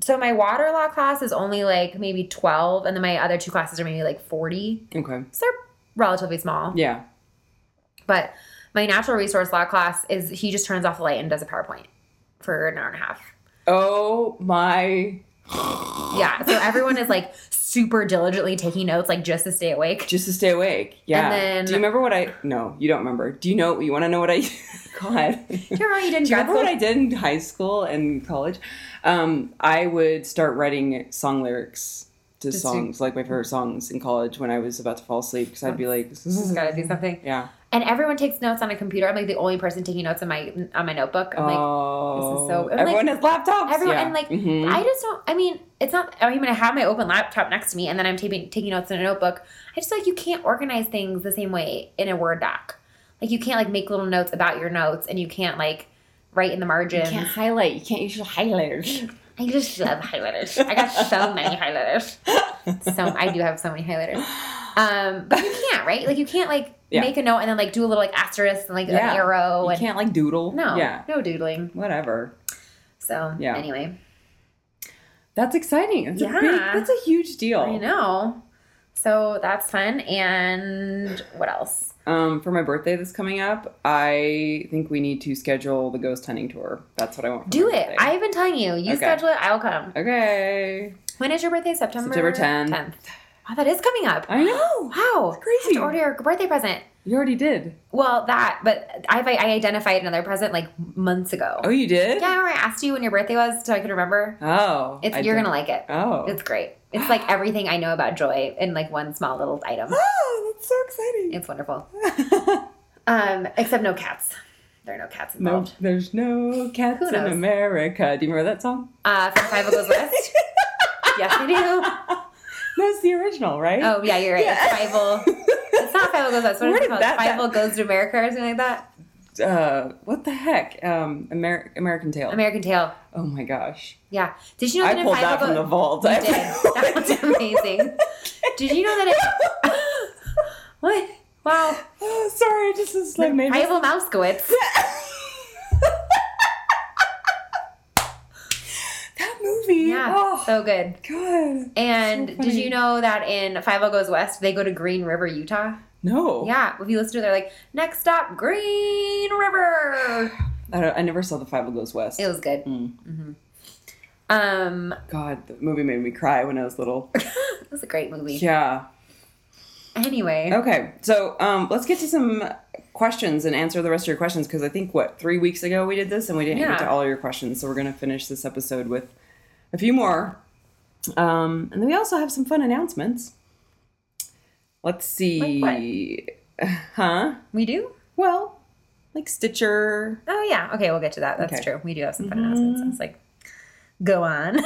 S2: so my water law class is only like maybe 12 and then my other two classes are maybe like 40
S1: Okay.
S2: so they're relatively small
S1: Yeah.
S2: but my natural resource law class is he just turns off the light and does a powerpoint for an hour and a half
S1: Oh my.
S2: yeah so everyone is like super diligently taking notes like just to stay awake
S1: Just to stay awake. Yeah.
S2: And then-
S1: Do you remember what I? No, you don't remember. Do you know? You want to know what I? God.
S2: do you remember you did in
S1: Do you
S2: grad
S1: remember what
S2: school?
S1: I did in high school and college? Um, I would start writing song lyrics to
S2: Just to-
S1: songs, like my favorite songs in college when I was about to fall asleep because I'd be like,
S2: Just gotta do something
S1: yeah.
S2: and everyone takes notes on a computer i'm like the only person taking notes on my on my notebook i'm like
S1: oh,
S2: so- and, like,
S1: everyone has laptops.
S2: everyone
S1: yeah.
S2: and like
S1: Mhm.
S2: I just don't. I mean, it's not. I mean, I have my open laptop next to me, and then I'm taping, taking notes in a notebook. I just feel like you can't organize things the same way in a Word doc. Like you can't like make little notes about your notes, and you can't like write in the margins.
S1: highlight. You can't use your highlighters.
S2: I just love highlighters. I got so many highlighters. So I do have so many highlighters. Um, but you can't, right? Like you can't like
S1: Yeah.
S2: make a note and then like do a little like asterisk and like
S1: Yeah.
S2: an arrow
S1: You
S2: and
S1: can't like doodle.
S2: no,
S1: Yeah.
S2: no doodling.
S1: Whatever.
S2: So
S1: Yeah.
S2: anyway,
S1: That's exciting. That's a big,
S2: Yeah.
S1: that's a huge deal.
S2: I know. So that's fun. And what else?
S1: Um, for my birthday that's coming up, I think we need to schedule the ghost hunting tour. That's what I want. For
S2: Do
S1: my
S2: it.
S1: birthday.
S2: I've been telling you. You
S1: Okay.
S2: schedule it. I'll come.
S1: okay.
S2: When is your birthday? September.
S1: September 10th.
S2: Wow, that is coming up.
S1: I know.
S2: Wow. I have
S1: crazy.
S2: to order a birthday present.
S1: You already did.
S2: Well, that. But I've I identified another present like months ago.
S1: Oh, you did.
S2: Yeah, remember I asked you when your birthday was so I could remember.
S1: Oh,
S2: It's
S1: I
S2: you're
S1: don't-
S2: gonna like it.
S1: Oh.
S2: It's great. It's like everything I know about joy in like one small little item.
S1: oh, that's so exciting.
S2: It's wonderful. Um, except no cats. There are no cats
S1: no,
S2: involved.
S1: there's no cats
S2: Who
S1: in
S2: knows?
S1: America. Do you remember that song?
S2: Uh, from Five of Goes West. yes, I do.
S1: That's the original, right?
S2: Oh yeah, you're right. It's Fievel. It's not Fievel goes west. What
S1: Where
S2: is it
S1: did
S2: called?
S1: that-
S2: Fievel goes to America or something like that.
S1: Uh, what the heck? Um, Amer- American Tail.
S2: American Tale.
S1: oh my gosh.
S2: Yeah. Did you know
S1: I
S2: that
S1: pulled
S2: if
S1: that
S2: Fievel
S1: from the
S2: goes,
S1: vault.
S2: you
S1: I
S2: did. That was amazing. Did you know that it? what? Wow.
S1: Oh, sorry, this is like maybe.
S2: Fievel Mouskowitz.
S1: that movie.
S2: Yeah.
S1: Oh,
S2: So good.
S1: God.
S2: And
S1: So
S2: did
S1: funny.
S2: you know that in Fievel goes west they go to Green River, Utah?
S1: No.
S2: Yeah. If you listen to it, they're like, next stop, Green River.
S1: I, don't, I never saw The Five Goes West.
S2: It was good.
S1: Mm.
S2: hmm Um,
S1: God, the movie made me cry when I was little.
S2: it was a great movie.
S1: yeah. Oh.
S2: Anyway.
S1: Okay. So um, let's get to some questions and answer the rest of your questions because I think, what, three weeks ago we did this and we didn't get
S2: Yeah.
S1: to all your questions. So we're going to finish this episode with a few more. Um, and then we also have some fun announcements. Let's see. Huh?
S2: We do?
S1: Well, like Stitcher.
S2: Oh yeah. Okay, we'll get to that. That's
S1: Okay. Mm-hmm.
S2: true. We do have some fun announcements. I was like, go on.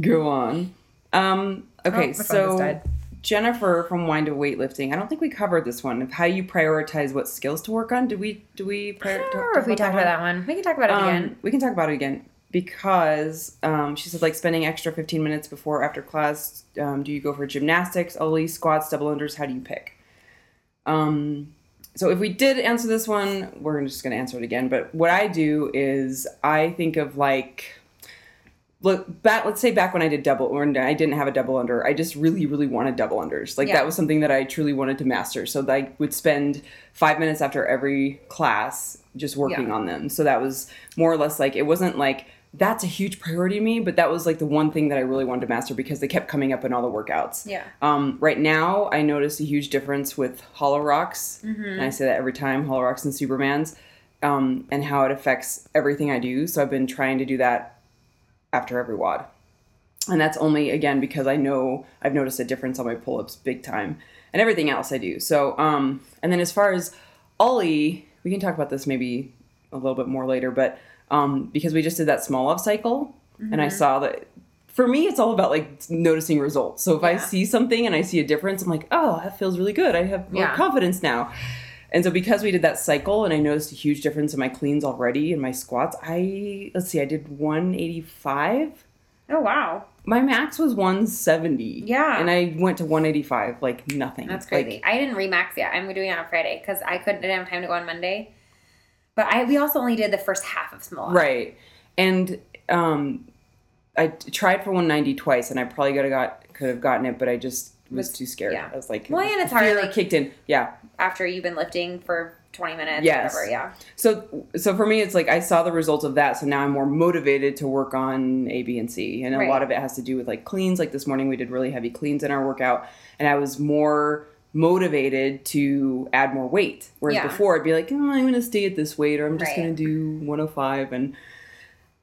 S1: Go on. Um,
S2: Oh, my
S1: okay,
S2: phone just
S1: so
S2: died.
S1: Jennifer from Wind to Weightlifting. I don't think we covered this one of how you prioritize what skills to work on. Do we? Do we? Prior-
S2: I don't
S1: talk-
S2: remember if we talked about that one. We can talk about it
S1: Um,
S2: again.
S1: We can talk about it again because um, she said like spending extra fifteen minutes before or after class. Um, do you go for gymnastics, ollie, squats, double unders? How do you pick? Um, so if we did answer this one, we're just going to answer it again. But what I do is I think of like look back let's say back when I did double or when I didn't have a double under, I just really, really wanted double unders. Like
S2: Yeah.
S1: that was something that I truly wanted to master. So that I would spend five minutes after every class just working
S2: Yeah.
S1: on them. So that was more or less like it wasn't like that's a huge priority to me, but that was like the one thing that I really wanted to master because they kept coming up in all the workouts.
S2: Yeah.
S1: Um, right now, I noticed a huge difference with Hollow Rocks, and I say that every time Hollow Rocks and Supermans, um, and how it affects everything I do. So I've been trying to do that after every wad, and that's only again because I know I've noticed a difference on my pull ups big time and everything else I do. So, um, and then as far as Ollie, we can talk about this maybe a little bit more later, but um, because we just did that small up cycle, and
S2: Mm-hmm.
S1: I saw that for me, it's all about like noticing results. So if I
S2: Yeah.
S1: see something and I see a difference, I'm like, oh, that feels really good. I have more
S2: Yeah.
S1: confidence now. And so because we did that cycle and I noticed a huge difference in my cleans already and my squats, I let's see, I did 185.
S2: Oh wow,
S1: My max was 170.
S2: Yeah.
S1: And I went to 185, like nothing.
S2: that's
S1: Like,
S2: crazy. I didn't remax yet. I'm doing it on Friday because I couldn't didn't have time to go on Monday. But I we also only did the first half of small.
S1: Right. And um I t- tried for 190 twice and I probably could have got could have gotten it, but I just was
S2: Was-
S1: too scared.
S2: yeah.
S1: I was like
S2: Well, and it's
S1: fear
S2: hard, like-
S1: kicked in. Yeah.
S2: after you've been lifting for 20 minutes.
S1: Yes.
S2: Or whatever, yeah.
S1: So so for me it's like I saw the results of that, so now I'm more motivated to work on A, B, and C. And a
S2: Right.
S1: lot of it has to do with like cleans. Like this morning we did really heavy cleans in our workout and I was more motivated to add more weight. Whereas
S2: Yeah.
S1: before I'd be like, oh, I'm gonna stay at this weight or I'm just
S2: Right.
S1: gonna do 105 and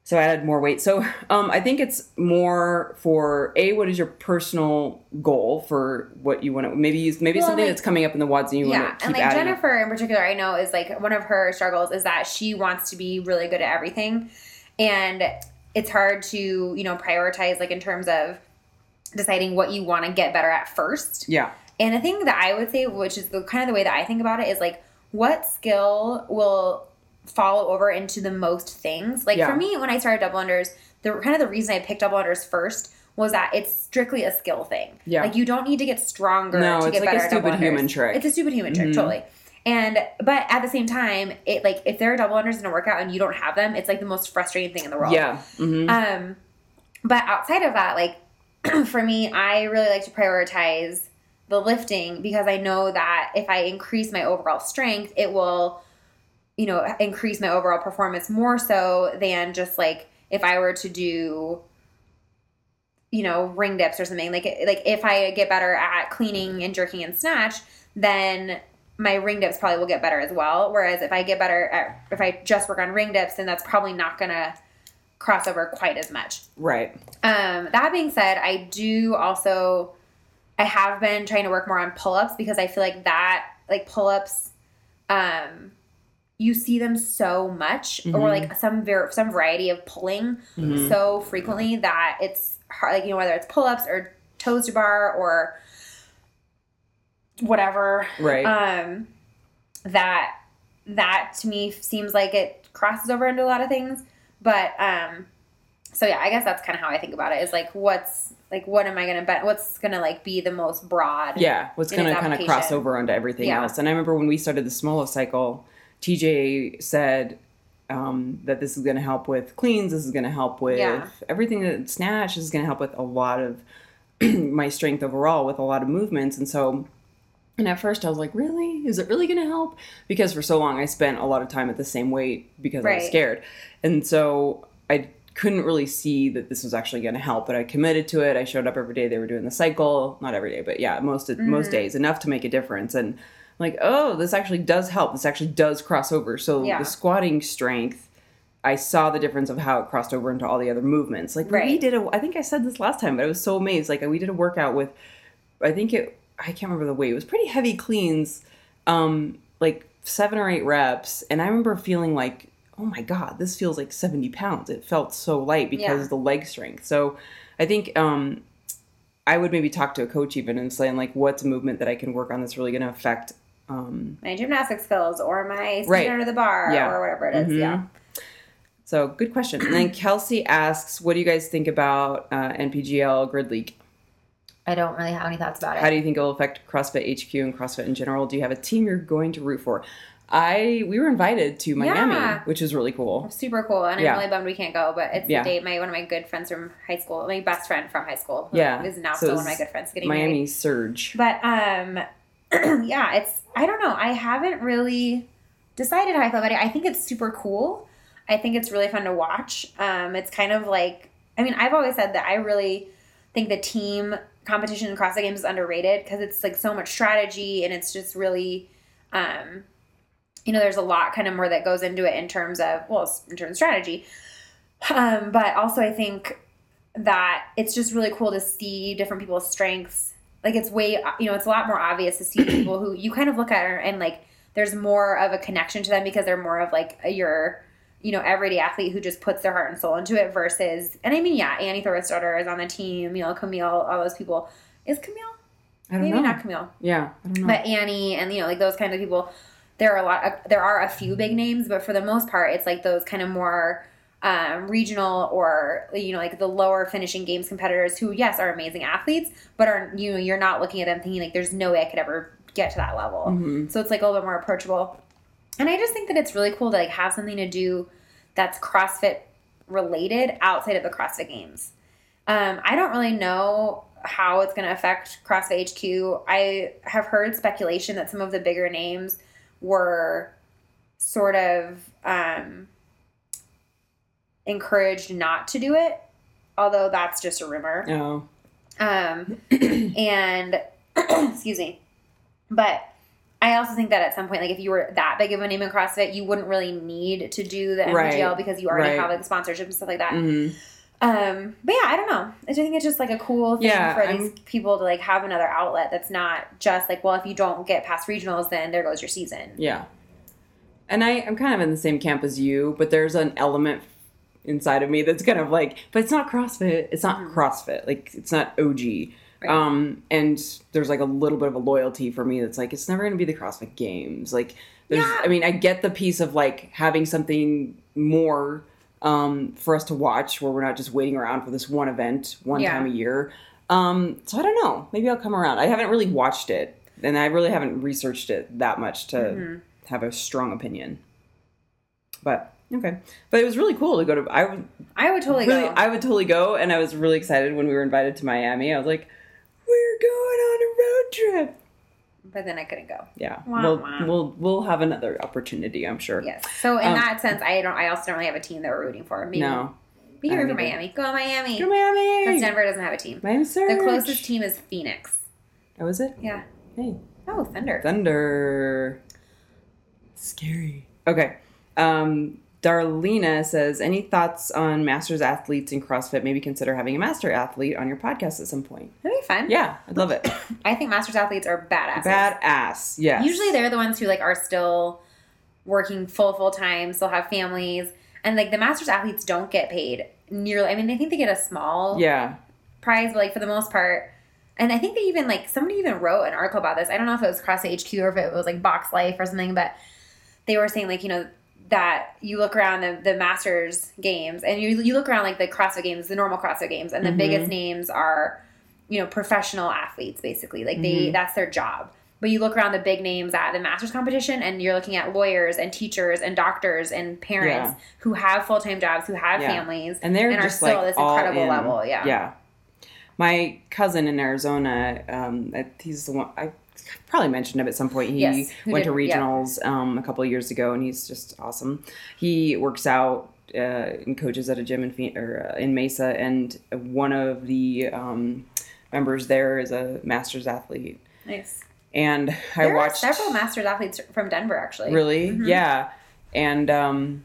S1: so I added more weight. So um, I think it's more for a what is your personal goal for what you want to maybe use maybe
S2: Well,
S1: something
S2: like-
S1: that's coming up in the wads and you
S2: Yeah.
S1: want to
S2: And
S1: keep
S2: like
S1: adding.
S2: Jennifer in particular, I know is like one of her struggles is that she wants to be really good at everything. And it's hard to, you know, prioritize like in terms of deciding what you want to get better at first.
S1: yeah,
S2: And the thing that I would say, which is the kind of the way that I think about it, is like what skill will fall over into the most things. Like
S1: Yeah.
S2: for me, when I started double unders, the kind of the reason I picked double unders first was that it's strictly a skill thing.
S1: Yeah.
S2: Like you don't need to get stronger
S1: No,
S2: to
S1: it's
S2: get
S1: like a
S2: better at double
S1: stupid human
S2: unders.
S1: trick.
S2: It's a stupid human trick,
S1: Mhm.
S2: totally. And but at the same time, it like if there are double unders in a workout and you don't have them, it's like the most frustrating thing in the world.
S1: yeah, hmm
S2: Um, but outside of that, like for me, I really like to prioritize the lifting because I know that if I increase my overall strength, it will, you know, increase my overall performance more so than just like if I were to do you know ring dips or something like like if i get better at cleaning and jerking and snatch then my ring dips probably will get better as well whereas if i get better at if i just work on ring dips then that's probably not gonna cross over quite as much
S1: right,
S2: um, that being said, I do also, I have been trying to work more on pull ups because I feel like that, like pull ups, um, you see them so much, or like some var- some variety of pulling so frequently that it's hard. Like you know, whether it's pull ups or toes to bar or whatever,
S1: right,
S2: um, that that to me seems like it crosses over into a lot of things but um so yeah i guess that's kind of how i think about it is like what's like what am i gonna bet what's gonna like be the most broad
S1: yeah. What's
S2: in its
S1: going to kind of cross
S2: application.
S1: over onto everything
S2: Yeah.
S1: else? And I remember when we started the smaller cycle, TJ said um, that this is going to help with cleans. This is going to help with
S2: Yeah.
S1: everything that snatch. This is going to help with a lot of my strength overall with a lot of movements. And so And at first I was like, really? Is it really going to help? Because for so long I spent a lot of time at the same weight because I was
S2: Right.
S1: scared. And so I couldn't really see that this was actually going to help, but I committed to it. I showed up every day they were doing the cycle, not every day, but yeah, most
S2: Mm-hmm.
S1: most days enough to make a difference and I'm like, oh, this actually does help. This actually does cross over. So
S2: Yeah.
S1: the squatting strength I saw the difference of how it crossed over into all the other movements. Like we
S2: Right.
S1: did a I think I said this last time, but I was so amazed. Like we did a workout with I think it I can't remember the weight. It was pretty heavy cleans, um, like seven or eight reps, and I remember feeling like, oh my god, this feels like seventy pounds. It felt so light because
S2: Yeah.
S1: of the leg strength. So I think um I would maybe talk to a coach even and saying like what's a movement that I can work on that's really gonna affect um
S2: my gymnastic skills or my speed
S1: Right.
S2: under the bar
S1: Yeah.
S2: or whatever it is,
S1: Mhm.
S2: yeah
S1: so good question. And then Kelsey asks, what do you guys think about uh, NPGL grid leak?
S2: i don't really have any thoughts about
S1: How do you think it will affect CrossFit HQ and CrossFit in general? Do you have a team you're going to root for? I we were invited to Miami,
S2: Yeah.
S1: which is really cool.
S2: Super cool, and
S1: Yeah.
S2: I'm really bummed we can't go. But it's
S1: Yeah.
S2: the day my one of my good friends from high school, my best friend from high school, who
S1: Yeah.
S2: is now
S1: So
S2: still one of my
S1: it's
S2: good friends, getting married.
S1: Miami surge.
S2: But um, yeah, it's I don't know. I haven't really decided how I feel about it. I think it's super cool. I think it's really fun to watch. Um, it's kind of like I mean I've always said that I really think the team competition in CrossFit Games is underrated because it's like so much strategy and it's just really. Um, you know, there's a lot kind of more that goes into it in terms of well, s- in terms of strategy, um, but also I think that it's just really cool to see different people's strengths like it's way you know it's a lot more obvious to see people who you kind of look at her and like there's more of a connection to them because they're more of like your you know everyday athlete who just puts their heart and soul into it versus and I mean yeah Annie Thor's daughter is on the team you know Camille all those people is Camille
S1: I don't
S2: maybe
S1: know.
S2: not Camille
S1: yeah, I don't know.
S2: but Annie and you know like those kind of people there are a lot uh, there are a few big names but for the most part it's like those kind of more um, regional or you know like the lower finishing games competitors who yes are amazing athletes but are you know you're not looking at them thinking like there's no way I could ever get to that level
S1: Mhm.
S2: so it's like a little bit more approachable and I just think that it's really cool to like have something to do that's CrossFit related outside of the CrossFit games um, I don't really know how it's going to affect CrossFit HQ. I have heard speculation that some of the bigger names were sort of um, encouraged not to do it, although that's just a rumor.
S1: Oh,
S2: Um, and excuse me, but I also think that at some point, like if you were that big of a name in CrossFit, you wouldn't really need to do the
S1: Right.
S2: MGL because you already
S1: Right.
S2: have like sponsorship and stuff like that.
S1: mhm.
S2: Um, but yeah, I don't know. I just think it's just like a cool thing
S1: Yeah,
S2: for
S1: I'm-
S2: these people to like have another outlet that's not just like, well, if you don't get past regionals, then there goes your season.
S1: Yeah. And I, I'm kind of in the same camp as you, but there's an element inside of me that's kind of like, but it's not CrossFit. It's not CrossFit. Like, it's not OG.
S2: Mm-hmm. Right.
S1: Um, and there's like a little bit of a loyalty for me that's like, it's never going to be the CrossFit games. Like, there's,
S2: Yeah.
S1: I mean, I get the piece of like having something more um, for us to watch where we're not just waiting around for this one event one
S2: Yeah.
S1: time a year. Um, so I don't know. Maybe I'll come around. I haven't really watched it, and I really haven't researched it that much to
S2: Mm-hmm.
S1: have a strong opinion. But okay, but it was really cool to go to. I would
S2: I would totally
S1: really,
S2: go.
S1: I would totally go, and I was really excited when we were invited to Miami. I was like, "We're going on a road trip."
S2: but then I couldn't go.
S1: Yeah,
S2: Wah,
S1: we'll
S2: wah.
S1: we'll we'll have another opportunity, I'm sure.
S2: Yes. So in
S1: Um,
S2: that sense, I don't. I also don't really have a team that we're rooting for. Maybe
S1: No,
S2: we
S1: I
S2: can root for
S1: don't either.
S2: Miami. Go Miami.
S1: go to
S2: Because
S1: Miami.
S2: Denver doesn't have a team.
S1: Miami Surge.
S2: The closest team is Phoenix.
S1: Oh, is it?
S2: Yeah.
S1: Hey.
S2: Oh, Thunder.
S1: Thunder. Scary. Okay. Um, Darlena says, any thoughts on masters athletes in CrossFit? Maybe consider having a master athlete on your podcast at some point.
S2: That'd be fun.
S1: Yeah, I'd love it.
S2: I think masters athletes are badasses.
S1: Badass. Yes.
S2: Usually they're the ones who like are still working full full time, still have families, and like the masters athletes don't get paid nearly. I mean, I think they get a small
S1: Yeah.
S2: prize, but like for the most part, and I think they even like somebody even wrote an article about this. I don't know if it was CrossFit HQ or if it was like Box Life or something, but they were saying like you know that you look around the, the masters games and you, you look around like the crossfit games the normal crossfit games and the
S1: Mhm.
S2: biggest names are you know professional athletes basically like they
S1: Mhm.
S2: that's their job but you look around the big names at the masters competition and you're looking at lawyers and teachers and doctors and parents
S1: Yeah.
S2: who have full-time jobs who have
S1: Yeah.
S2: families
S1: And they're
S2: and
S1: just
S2: are still
S1: like
S2: at this
S1: all
S2: incredible
S1: in.
S2: level yeah
S1: Yeah. My cousin in Arizona, um, I- he's the one I probably mentioned him at some point. He
S2: Yes, who
S1: went to
S2: did- yeah.
S1: regionals um, a couple of years ago, and he's just awesome. He works out uh, and coaches at a gym in Phoen- or uh, in Mesa, and one of the um, members there is a masters athlete.
S2: nice
S1: And I
S2: there
S1: watched
S2: are several masters athletes from denver actually
S1: Really?
S2: Mm-hmm.
S1: Yeah. And um,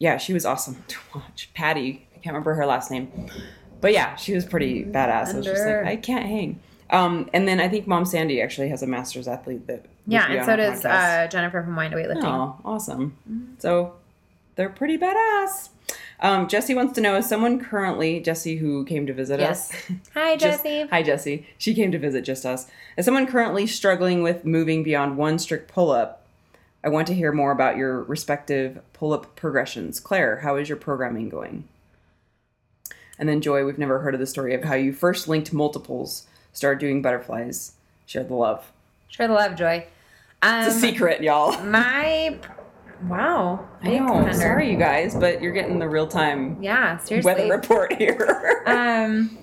S1: yeah, she was awesome to watch. Patty, I can't remember her last name, but yeah, she was pretty badass. I was just
S2: Mm-hmm. Thunder.
S1: like, I can't hang. Um, and then I think Mom Sandy actually has a master's athlete that. would
S2: yeah
S1: be
S2: and
S1: on
S2: so
S1: our
S2: does
S1: podcast.
S2: uh, Mm-hmm. jennifer from wine to weightlifting
S1: Oh, awesome! So they're pretty badass. Um, Jesse wants to know: Is someone currently Jesse who came to visit
S2: Yes.
S1: us?
S2: Hi,
S1: Just-
S2: Jesse.
S1: hi, Jesse. She came to visit just us. As someone currently struggling with moving beyond one strict pull up, I want to hear more about your respective pull up progressions. Claire, how is your programming going? And then Joy, we've never heard of the story of how you first linked multiples, started doing butterflies. Share the love.
S2: Share the love, Joy. Um,
S1: It's a secret, y'all.
S2: My wow,
S1: I
S2: big
S1: know.
S2: thunder.
S1: I'm sorry, you guys, but you're getting the real time
S2: Yeah, seriously.
S1: weather report here.
S2: um,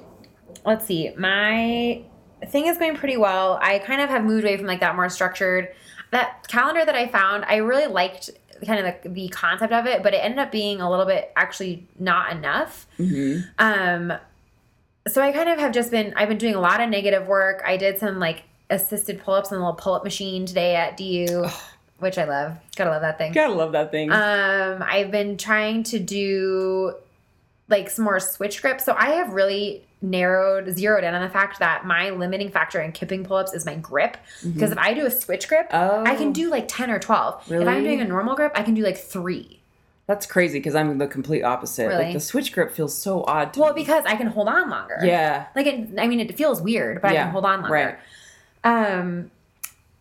S2: let's see. My thing is going pretty well. I kind of have moved away from like that more structured. That calendar that I found, I really liked kind of the, the concept of it, but it ended up being a little bit actually not enough.
S1: Mhm.
S2: Um, so I kind of have just been I've been doing a lot of negative work. I did some like assisted pull ups in the little pull up machine today at DU, which I love. Gotta love that thing.
S1: Gotta love that thing.
S2: Um, I've been trying to do like some more switch grips. So I have really narrowed, zeroed in on the fact that my limiting factor in kipping pull ups is my grip. Because if I do a switch grip,
S1: Mm-hmm. oh,
S2: I can do like 10 or 12. If I'm
S1: Really?
S2: doing a normal grip, I can do like three.
S1: That's crazy because I'm the complete opposite.
S2: Really?
S1: Like the switch grip feels so odd. To
S2: Well,
S1: me.
S2: because I can hold on longer.
S1: yeah,
S2: Like, it, I mean, it feels weird, but I
S1: Yeah,
S2: can hold on longer.
S1: right.
S2: Um,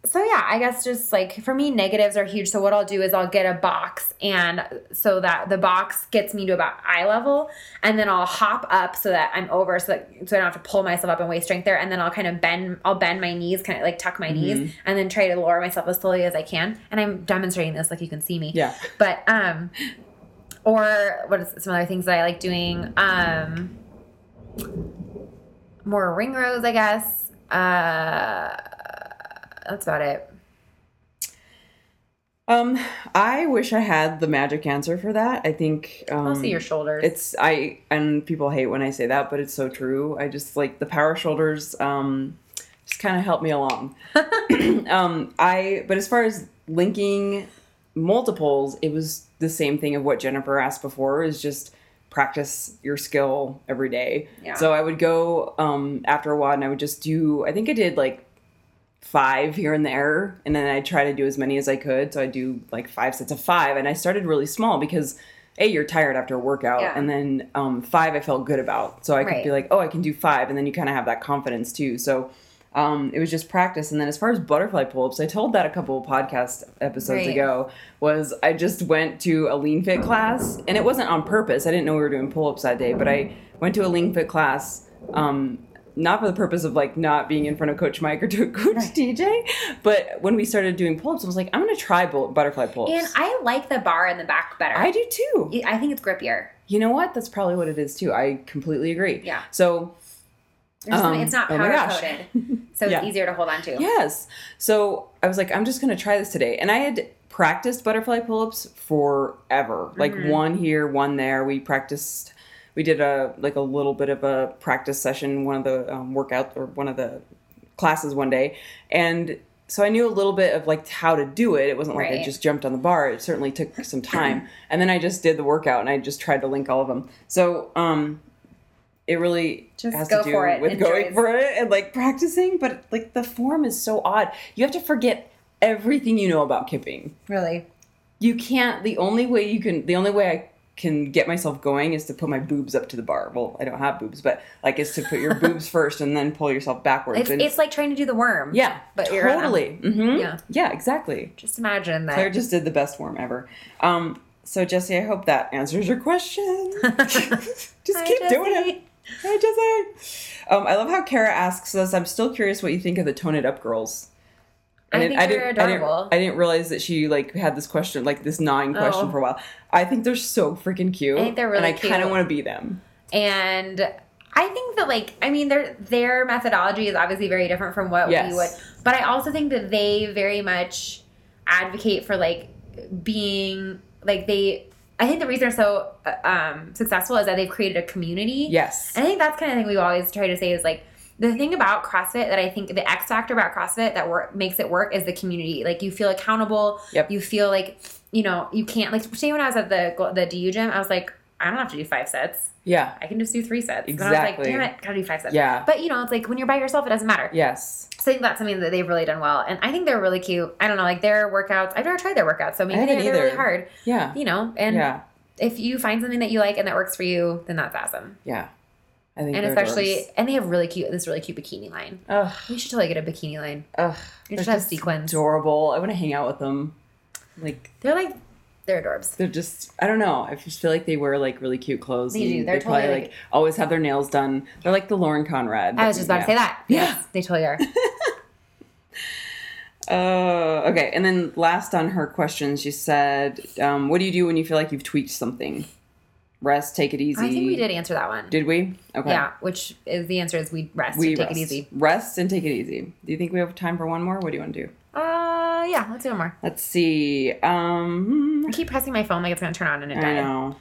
S2: so yeah, I guess just like for me, negatives are huge. So what I'll do is I'll get a box, and so that the box gets me to about eye level, and then I'll hop up so that I'm over, so that so I don't have to pull myself up and waste strength there, and then I'll kind of bend, I'll bend my knees, kind of like tuck my knees, and then try to lower myself as slowly as I can. And I'm demonstrating this like you can see me.
S1: yeah.
S2: But um, or what is some other things that I like doing? Um, more ring rows, I guess. Uh, that's about it.
S1: Um, I wish I had the magic answer for that. I think um,
S2: Mostly your shoulders.
S1: It's I and people hate when I say that, but it's so true. I just like the power shoulders um just kind of help me along. um I but as far as linking multiples, it was the same thing of what Jennifer asked before is just practice your skill every day.
S2: Yeah.
S1: So I would go um after a while and I would just do I think I did like five here and there and then i try to do as many as i could so i do like five sets of five and i started really small because a you're tired after a workout
S2: Yeah.
S1: and then um, five i felt good about so i could
S2: Right.
S1: be like oh i can do five and then you kind of have that confidence too so um, it was just practice and then as far as butterfly pull-ups i told that a couple of podcast episodes
S2: Right.
S1: ago was i just went to a lean fit class and it wasn't on purpose i didn't know we were doing pull-ups that day but i went to a lean fit class um, not for the purpose of like not being in front of Coach Mike or to Coach DJ, but when we started doing pull-ups, I was like, I'm gonna try bu- butterfly pull-ups.
S2: and I like the bar in the back better.
S1: I do too.
S2: I think it's grippier.
S1: You know what? That's probably what it is too. I completely agree.
S2: Yeah.
S1: So
S2: There's just-
S1: Um,
S2: it's not
S1: oh my
S2: powder
S1: gosh.
S2: coated, so
S1: Yeah.
S2: it's easier to hold on to.
S1: yes. So I was like, I'm just gonna try this today, and I had practiced butterfly pull-ups forever. Like one here, one there. We practiced. We did a like a little bit of a practice session, one of the um, workout or one of the classes one day, and so I knew a little bit of like how to do it. It wasn't like
S2: Right.
S1: I just jumped on the bar. It certainly took some time, and then I just did the workout and I just tried to link all of them. So um, it really
S2: Just
S1: has
S2: go
S1: to do
S2: for it.
S1: with
S2: Enjoy
S1: going
S2: it.
S1: for it and like practicing, but like the form is so odd. You have to forget everything you know about kipping.
S2: Really,
S1: You can't. The only way you can. The only way I can get myself going is to put my boobs up to the bar. Well, I don't have boobs, but like is to put your boobs first and then pull yourself backwards.
S2: it's,
S1: and
S2: it's like trying to do the worm.
S1: yeah,
S2: but you're um, on.
S1: totally. hmm
S2: Yeah.
S1: Yeah, yeah, exactly.
S2: Just imagine that.
S1: Claire just did the best form ever. Um, so Jesse, I hope that answers your question. just
S2: Hi,
S1: keep doing
S2: Jesse.
S1: it. Hi, Jesse. Um, I love how Kara asks us. I'm still curious what you think of the tone it up girls.
S2: I
S1: didn't-
S2: think they're
S1: didn't, I didn't-
S2: adorable.
S1: I didn't realize that she like had this question, like this gnawing question
S2: Oh.
S1: for a while. I think they're so freaking cute.
S2: I think they're
S1: and
S2: really
S1: I kind
S2: cute.
S1: of want to be them.
S2: and I think that like I mean their their methodology is obviously very different from what
S1: Yes.
S2: we would, but I also think that they very much advocate for like being like they. I think the reason they're so uh, um, successful is that they've created a community.
S1: Yes.
S2: And I think that's kind of thing we always try to say is like the thing about CrossFit that I think the X factor about CrossFit that work makes it work is the community. Like you feel accountable.
S1: Yep.
S2: You feel like you know you can't like. Say when I was at the the DU gym, I was like, I don't have to do five sets.
S1: yeah.
S2: I can just do three sets.
S1: Exactly.
S2: And I was like, damn it, gotta do five sets.
S1: Yeah.
S2: But you know, it's like when you're by yourself, it doesn't matter.
S1: Yes.
S2: So I think that's something that they've really done well. And I think they're really cute. I don't know, like their workouts. I've never tried their workouts, so maybe
S1: haven't
S2: they're really
S1: either.
S2: hard.
S1: Yeah.
S2: You know, and
S1: yeah.
S2: if you find something that you like and that works for you, then that's awesome.
S1: Yeah. I think
S2: And
S1: they're
S2: especially,
S1: dorks.
S2: and they have really cute, this really cute bikini line.
S1: Ugh.
S2: We should totally get a bikini line.
S1: Ugh.
S2: You
S1: They're
S2: should have
S1: just
S2: sequins.
S1: Adorable. I want to hang out with them. Like
S2: They're like, they're adorbs.
S1: they're just I don't know. I just feel like they wear like really cute clothes.
S2: They
S1: and
S2: do. They're
S1: they probably
S2: totally-
S1: like always have their nails done. They're like the Lauren Conrad.
S2: I was just about to say that.
S1: Yeah.
S2: Yes, they totally are.
S1: Uh, okay. And then last on her question, she said, um, "What do you do when you feel like you've tweaked something? Rest, take it easy."
S2: I think we did answer that one.
S1: Did we? Okay.
S2: Yeah, which is the answer is we rest,
S1: We
S2: and take
S1: rest.
S2: it easy.
S1: Rest and take it easy. Do you think we have time for one more? What do you want to do?
S2: Uh, yeah, let's do one more.
S1: Let's see. Um,
S2: I keep pressing my phone like it's gonna turn on and it
S1: I
S2: died.
S1: know.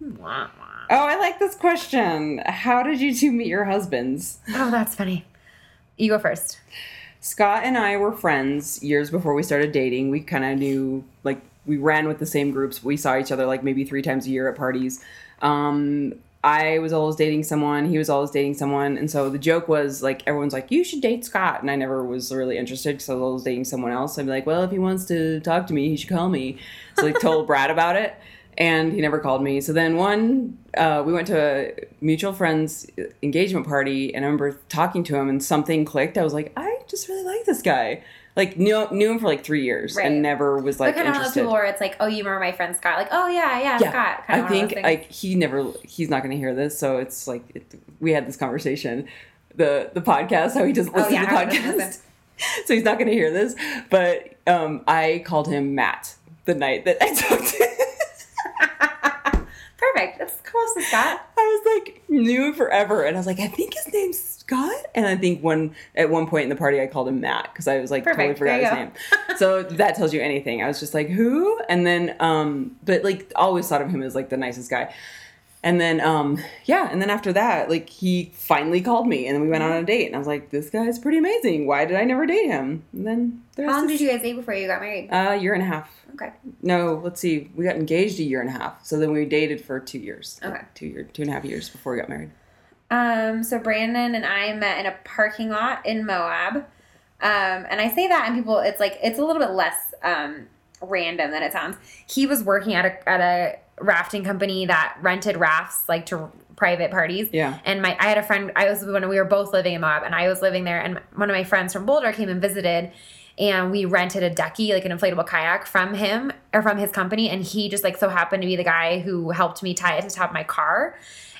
S2: Wah, wah.
S1: Oh, I like this question. How did you two meet your husbands?
S2: Oh, that's funny. You go first.
S1: Scott and I were friends years before we started dating. We kind of knew, like, we ran with the same groups. We saw each other, like, maybe three times a year at parties. Um, I was always dating someone. He was always dating someone. And so the joke was, like, everyone's like, you should date Scott. And I never was really interested because I was always dating someone else. I'd be like, well, if he wants to talk to me, he should call me. So, like, told Brad about it. And he never called me. So then one, uh, we went to a mutual friend's engagement party, and I remember talking to him, and something clicked. I was like, I just really like this guy. Like knew knew him for like three years,
S2: Right.
S1: and never was like
S2: But kind of one of those
S1: interested.
S2: people where it's like, oh, you remember my friend Scott? Like, oh yeah, yeah, Scott. Kind
S1: I
S2: of
S1: think
S2: one of those things.
S1: like he never he's not going to hear this, so it's like it, we had this conversation, the the podcast, how he doesn't listen
S2: Oh, yeah,
S1: to
S2: I haven't
S1: podcasts,
S2: listened.
S1: so he's not going to hear this. But um, I called him Matt the night that I talked to. him.
S2: perfect. That's close to Scott.
S1: I was like knew him forever, and I was like, I think his name's Scott, and I think one at one point in the party I called him Matt because I was like totally
S2: Perfect.
S1: forgot his
S2: There you
S1: name. so that tells you anything. I was just like, who? And then, um, but like always thought of him as like the nicest guy. And then, um, yeah, and then after that, like he finally called me, and we went on a date, and I was like, this guy's pretty amazing. Why did I never date him? And then the
S2: How
S1: rest
S2: long did
S1: is Uh,
S2: you guys date before you got married?
S1: a year and a half.
S2: Okay.
S1: No, let's see. We got engaged a year and a half. So then we dated for two years.
S2: Okay.
S1: Two year, two and a half years before we got married.
S2: Um, so Brandon and I met in a parking lot in Moab. Um, and I say that and people it's like it's a little bit less um random than it sounds. He was working at a at a rafting company that rented rafts like to private parties.
S1: Yeah.
S2: And my I had a friend I was when we were both living in Moab and I was living there and one of my friends from Boulder came and visited and we rented a ducky, like an inflatable kayak from him or from his company and he just like so happened to be the guy who helped me tie it to the top of my car.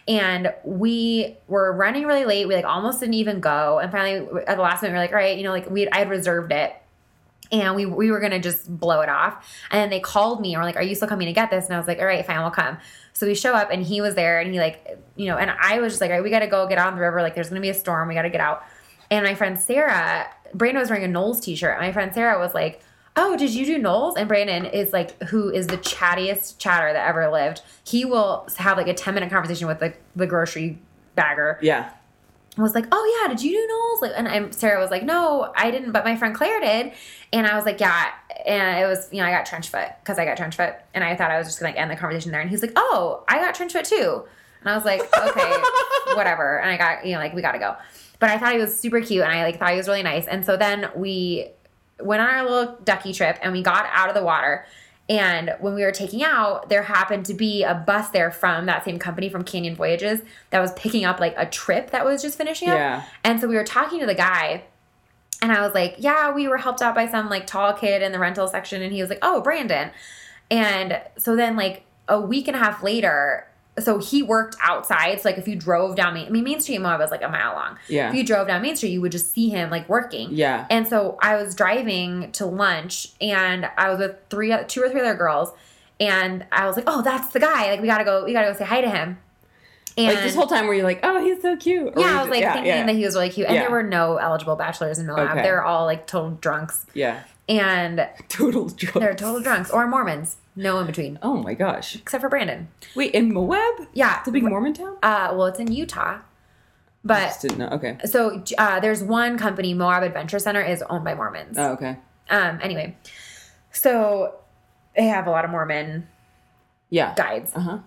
S2: And we were running really late. We like almost didn't even go. And finally at the last minute we were like, all right, you know, like we I had reserved it and we, we were gonna just blow it off. And then they called me and were like, Are you still coming to get this? And I was like, All right, fine, we'll come. So we show up and he was there and he like, you know, and I was just like, All right, we gotta go get on the river. Like, there's gonna be a storm. We gotta get out. And my friend Sarah, Brandon was wearing a Knowles t shirt. My friend Sarah was like, Oh, did you do Knowles? And Brandon is like, who is the chattiest chatter that ever lived. He will have like a 10 minute conversation with the, the grocery bagger
S1: Yeah.
S2: was like, "Oh yeah, did you do Knowles?" Like, and I'm, Sarah was like, "No, I didn't," but my friend Claire did, and I was like, "Yeah," and it was you know I got trench foot because I got trench foot, and I thought I was just gonna like, end the conversation there, and he's like, "Oh, I got trench foot too," and I was like, "Okay, whatever," and I got you know like we gotta go, but I thought he was super cute, and I like thought he was really nice, and so then we went on our little ducky trip, and we got out of the water. And when we were taking out, there happened to be a bus there from that same company from Canyon Voyages that was picking up like a trip that was just finishing up.
S1: Yeah.
S2: And so we were talking to the guy, and I was like, Yeah, we were helped out by some like tall kid in the rental section. And he was like, Oh, Brandon. And so then, like, a week and a half later, so he worked outside. So, like, if you drove down Main, I mean, Main Street in Moab is like a mile long.
S1: Yeah.
S2: If you drove down Main Street, you would just see him like working.
S1: Yeah.
S2: And so I was driving to lunch, and I was with three, two or three other girls, and I was like, "Oh, that's the guy! Like, we gotta go, we gotta go say hi to him." And
S1: like this whole time where you're like, oh, he's so cute. Or
S2: yeah,
S1: you
S2: I was
S1: just-
S2: like thinking that he was really cute, and
S1: Yeah.
S2: there were no eligible bachelors in Moab.
S1: Okay.
S2: They were all like total drunks,
S1: yeah,
S2: and
S1: total joke.
S2: they're total drunks or Mormons, no in between,
S1: Oh my gosh!
S2: except for Brandon.
S1: Wait, in Moab,
S2: Yeah,
S1: it's a big Mormon town.
S2: uh, well, it's in Utah,
S1: I
S2: but
S1: just didn't know. Okay.
S2: so uh, there's one company, Moab Adventure Center, is owned by Mormons.
S1: Oh, okay.
S2: Um, anyway, so they have a lot of Mormon
S1: Yeah.
S2: guides.
S1: Uh huh.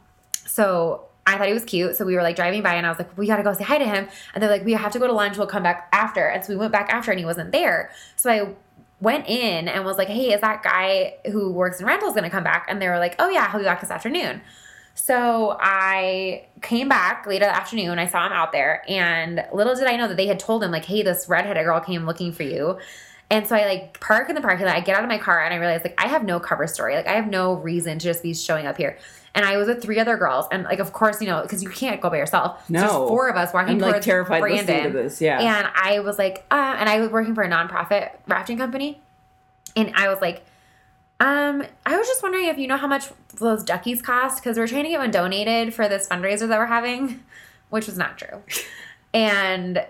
S2: So I thought he was cute. So we were like driving by and I was like, we gotta go say hi to him. And they're like, we have to go to lunch. We'll come back after. And so we went back after and he wasn't there. So I went in and was like, hey, is that guy who works in rentals gonna come back? And they were like, oh yeah, he'll be back this afternoon. So I came back later that afternoon. I saw him out there, and little did I know that they had told him like, "Hey, this redheaded girl came looking for you." And so I like park in the parking lot. I get out of my car and I realize like I have no cover story. Like I have no reason to just be showing up here. And I was with three other girls, and like of course you know because you can't go by yourself. So there's
S1: No.
S2: four of us walking
S1: I'm like
S2: towards
S1: terrified
S2: Brandon.
S1: listening to this. Yeah.
S2: And I was like, uh, and I was working for a nonprofit rafting company. and I was like, um, I was just wondering if you know how much those duckies cost because we're trying to get one donated for this fundraiser that we're having, which was not true. and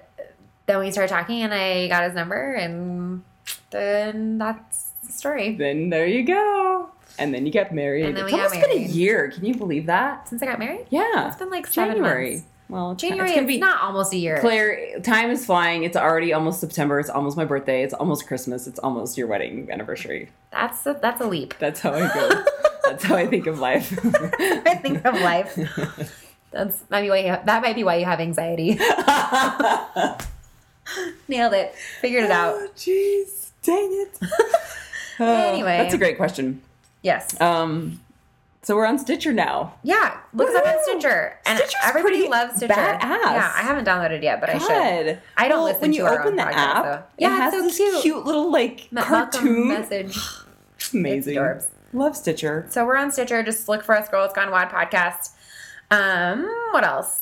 S2: then we started talking, and I got his number, and then that's the story.
S1: Then there you go. And then you got married.
S2: And then we
S1: it's
S2: got
S1: almost been a
S2: married.
S1: year. Can you believe that?
S2: Since I got married,
S1: Yeah.
S2: it's been like seven
S1: January.
S2: months.
S1: Well, it's-
S2: January,
S1: it's
S2: it's,
S1: gonna be
S2: not almost a year.
S1: Claire, time is flying. It's already almost September. It's almost my birthday. It's almost Christmas. It's almost your wedding anniversary.
S2: That's a, that's a leap.
S1: That's how I go. That's how I think of life.
S2: I think of life. That's might be why you have, that might be why you have anxiety. Nailed it. Figured it out.
S1: Oh, Jeez, dang it. Uh,
S2: Anyway.
S1: that's a great question.
S2: Yes.
S1: Um, so we're on Stitcher now.
S2: Yeah. Look us up on
S1: Woohoo!
S2: Stitcher. And
S1: Stitcher's
S2: everybody
S1: pretty
S2: loves Stitcher.
S1: badass.
S2: Yeah, I haven't downloaded it yet, but I should.
S1: God.
S2: I don't
S1: Well,
S2: listen
S1: when
S2: to
S1: you
S2: our
S1: open
S2: own
S1: the
S2: podcast,
S1: app.
S2: though.
S1: Yeah,
S2: Yeah,
S1: it has
S2: it's so
S1: this
S2: cute.
S1: cute. little like
S2: Ma- welcome
S1: cartoon.
S2: message.
S1: Amazing.
S2: It's adorbs.
S1: Love Stitcher.
S2: So we're on Stitcher. Just look for us, Girl It's Gone Wad podcast. Um, what else?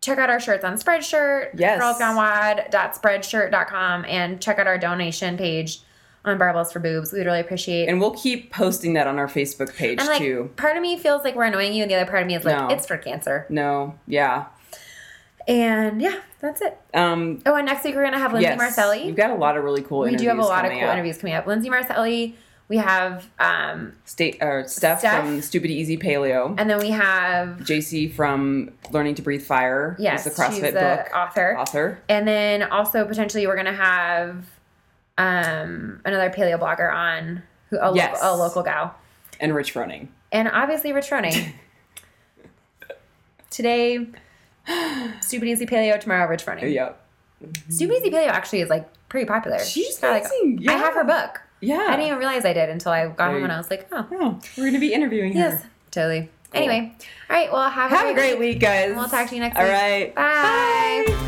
S2: Check out our shirts on Spreadshirt,
S1: Yes.
S2: Girls Gone Wad Spreadshirt.com, and check out our donation page on Barbells for Boobs. We'd really appreciate.
S1: And we'll keep posting that on our Facebook page
S2: And like,
S1: too.
S2: part of me feels like we're annoying you, and the other part of me is like,
S1: No.
S2: it's for cancer.
S1: No, yeah.
S2: And yeah, that's it.
S1: Um,
S2: Oh, and next week we're gonna have Lindsay
S1: yes,
S2: Marcelli.
S1: You've got a lot of really cool
S2: we
S1: interviews.
S2: do have a lot of
S1: coming
S2: cool
S1: up.
S2: interviews coming up. Lindsay Marcelli. We have, um,
S1: State, or Steph,
S2: Steph.
S1: from Stupid Easy Paleo.
S2: and then we have
S1: JC from Learning to Breathe Fire. is
S2: yes,
S1: the CrossFit
S2: she's the
S1: book
S2: author.
S1: author.
S2: And then also potentially we're gonna have um another paleo blogger on who a,
S1: Yes.
S2: local, a local gal.
S1: and Rich Froning.
S2: And obviously Rich Froning. Today Stupid Easy Paleo, tomorrow Rich Froning.
S1: Yep.
S2: Stupid Easy Paleo actually is like pretty popular.
S1: She's
S2: got,
S1: amazing,
S2: I
S1: yeah.
S2: have her book.
S1: Yeah.
S2: I didn't even realize I did until I got
S1: There
S2: home and
S1: you-
S2: I was like, oh
S1: Oh, we're going to be interviewing her.
S2: yes, totally. Anyway. All right, well have,
S1: Have a great week, guys.
S2: We'll talk to you next
S1: All
S2: week.
S1: right.
S2: Bye.
S1: Bye.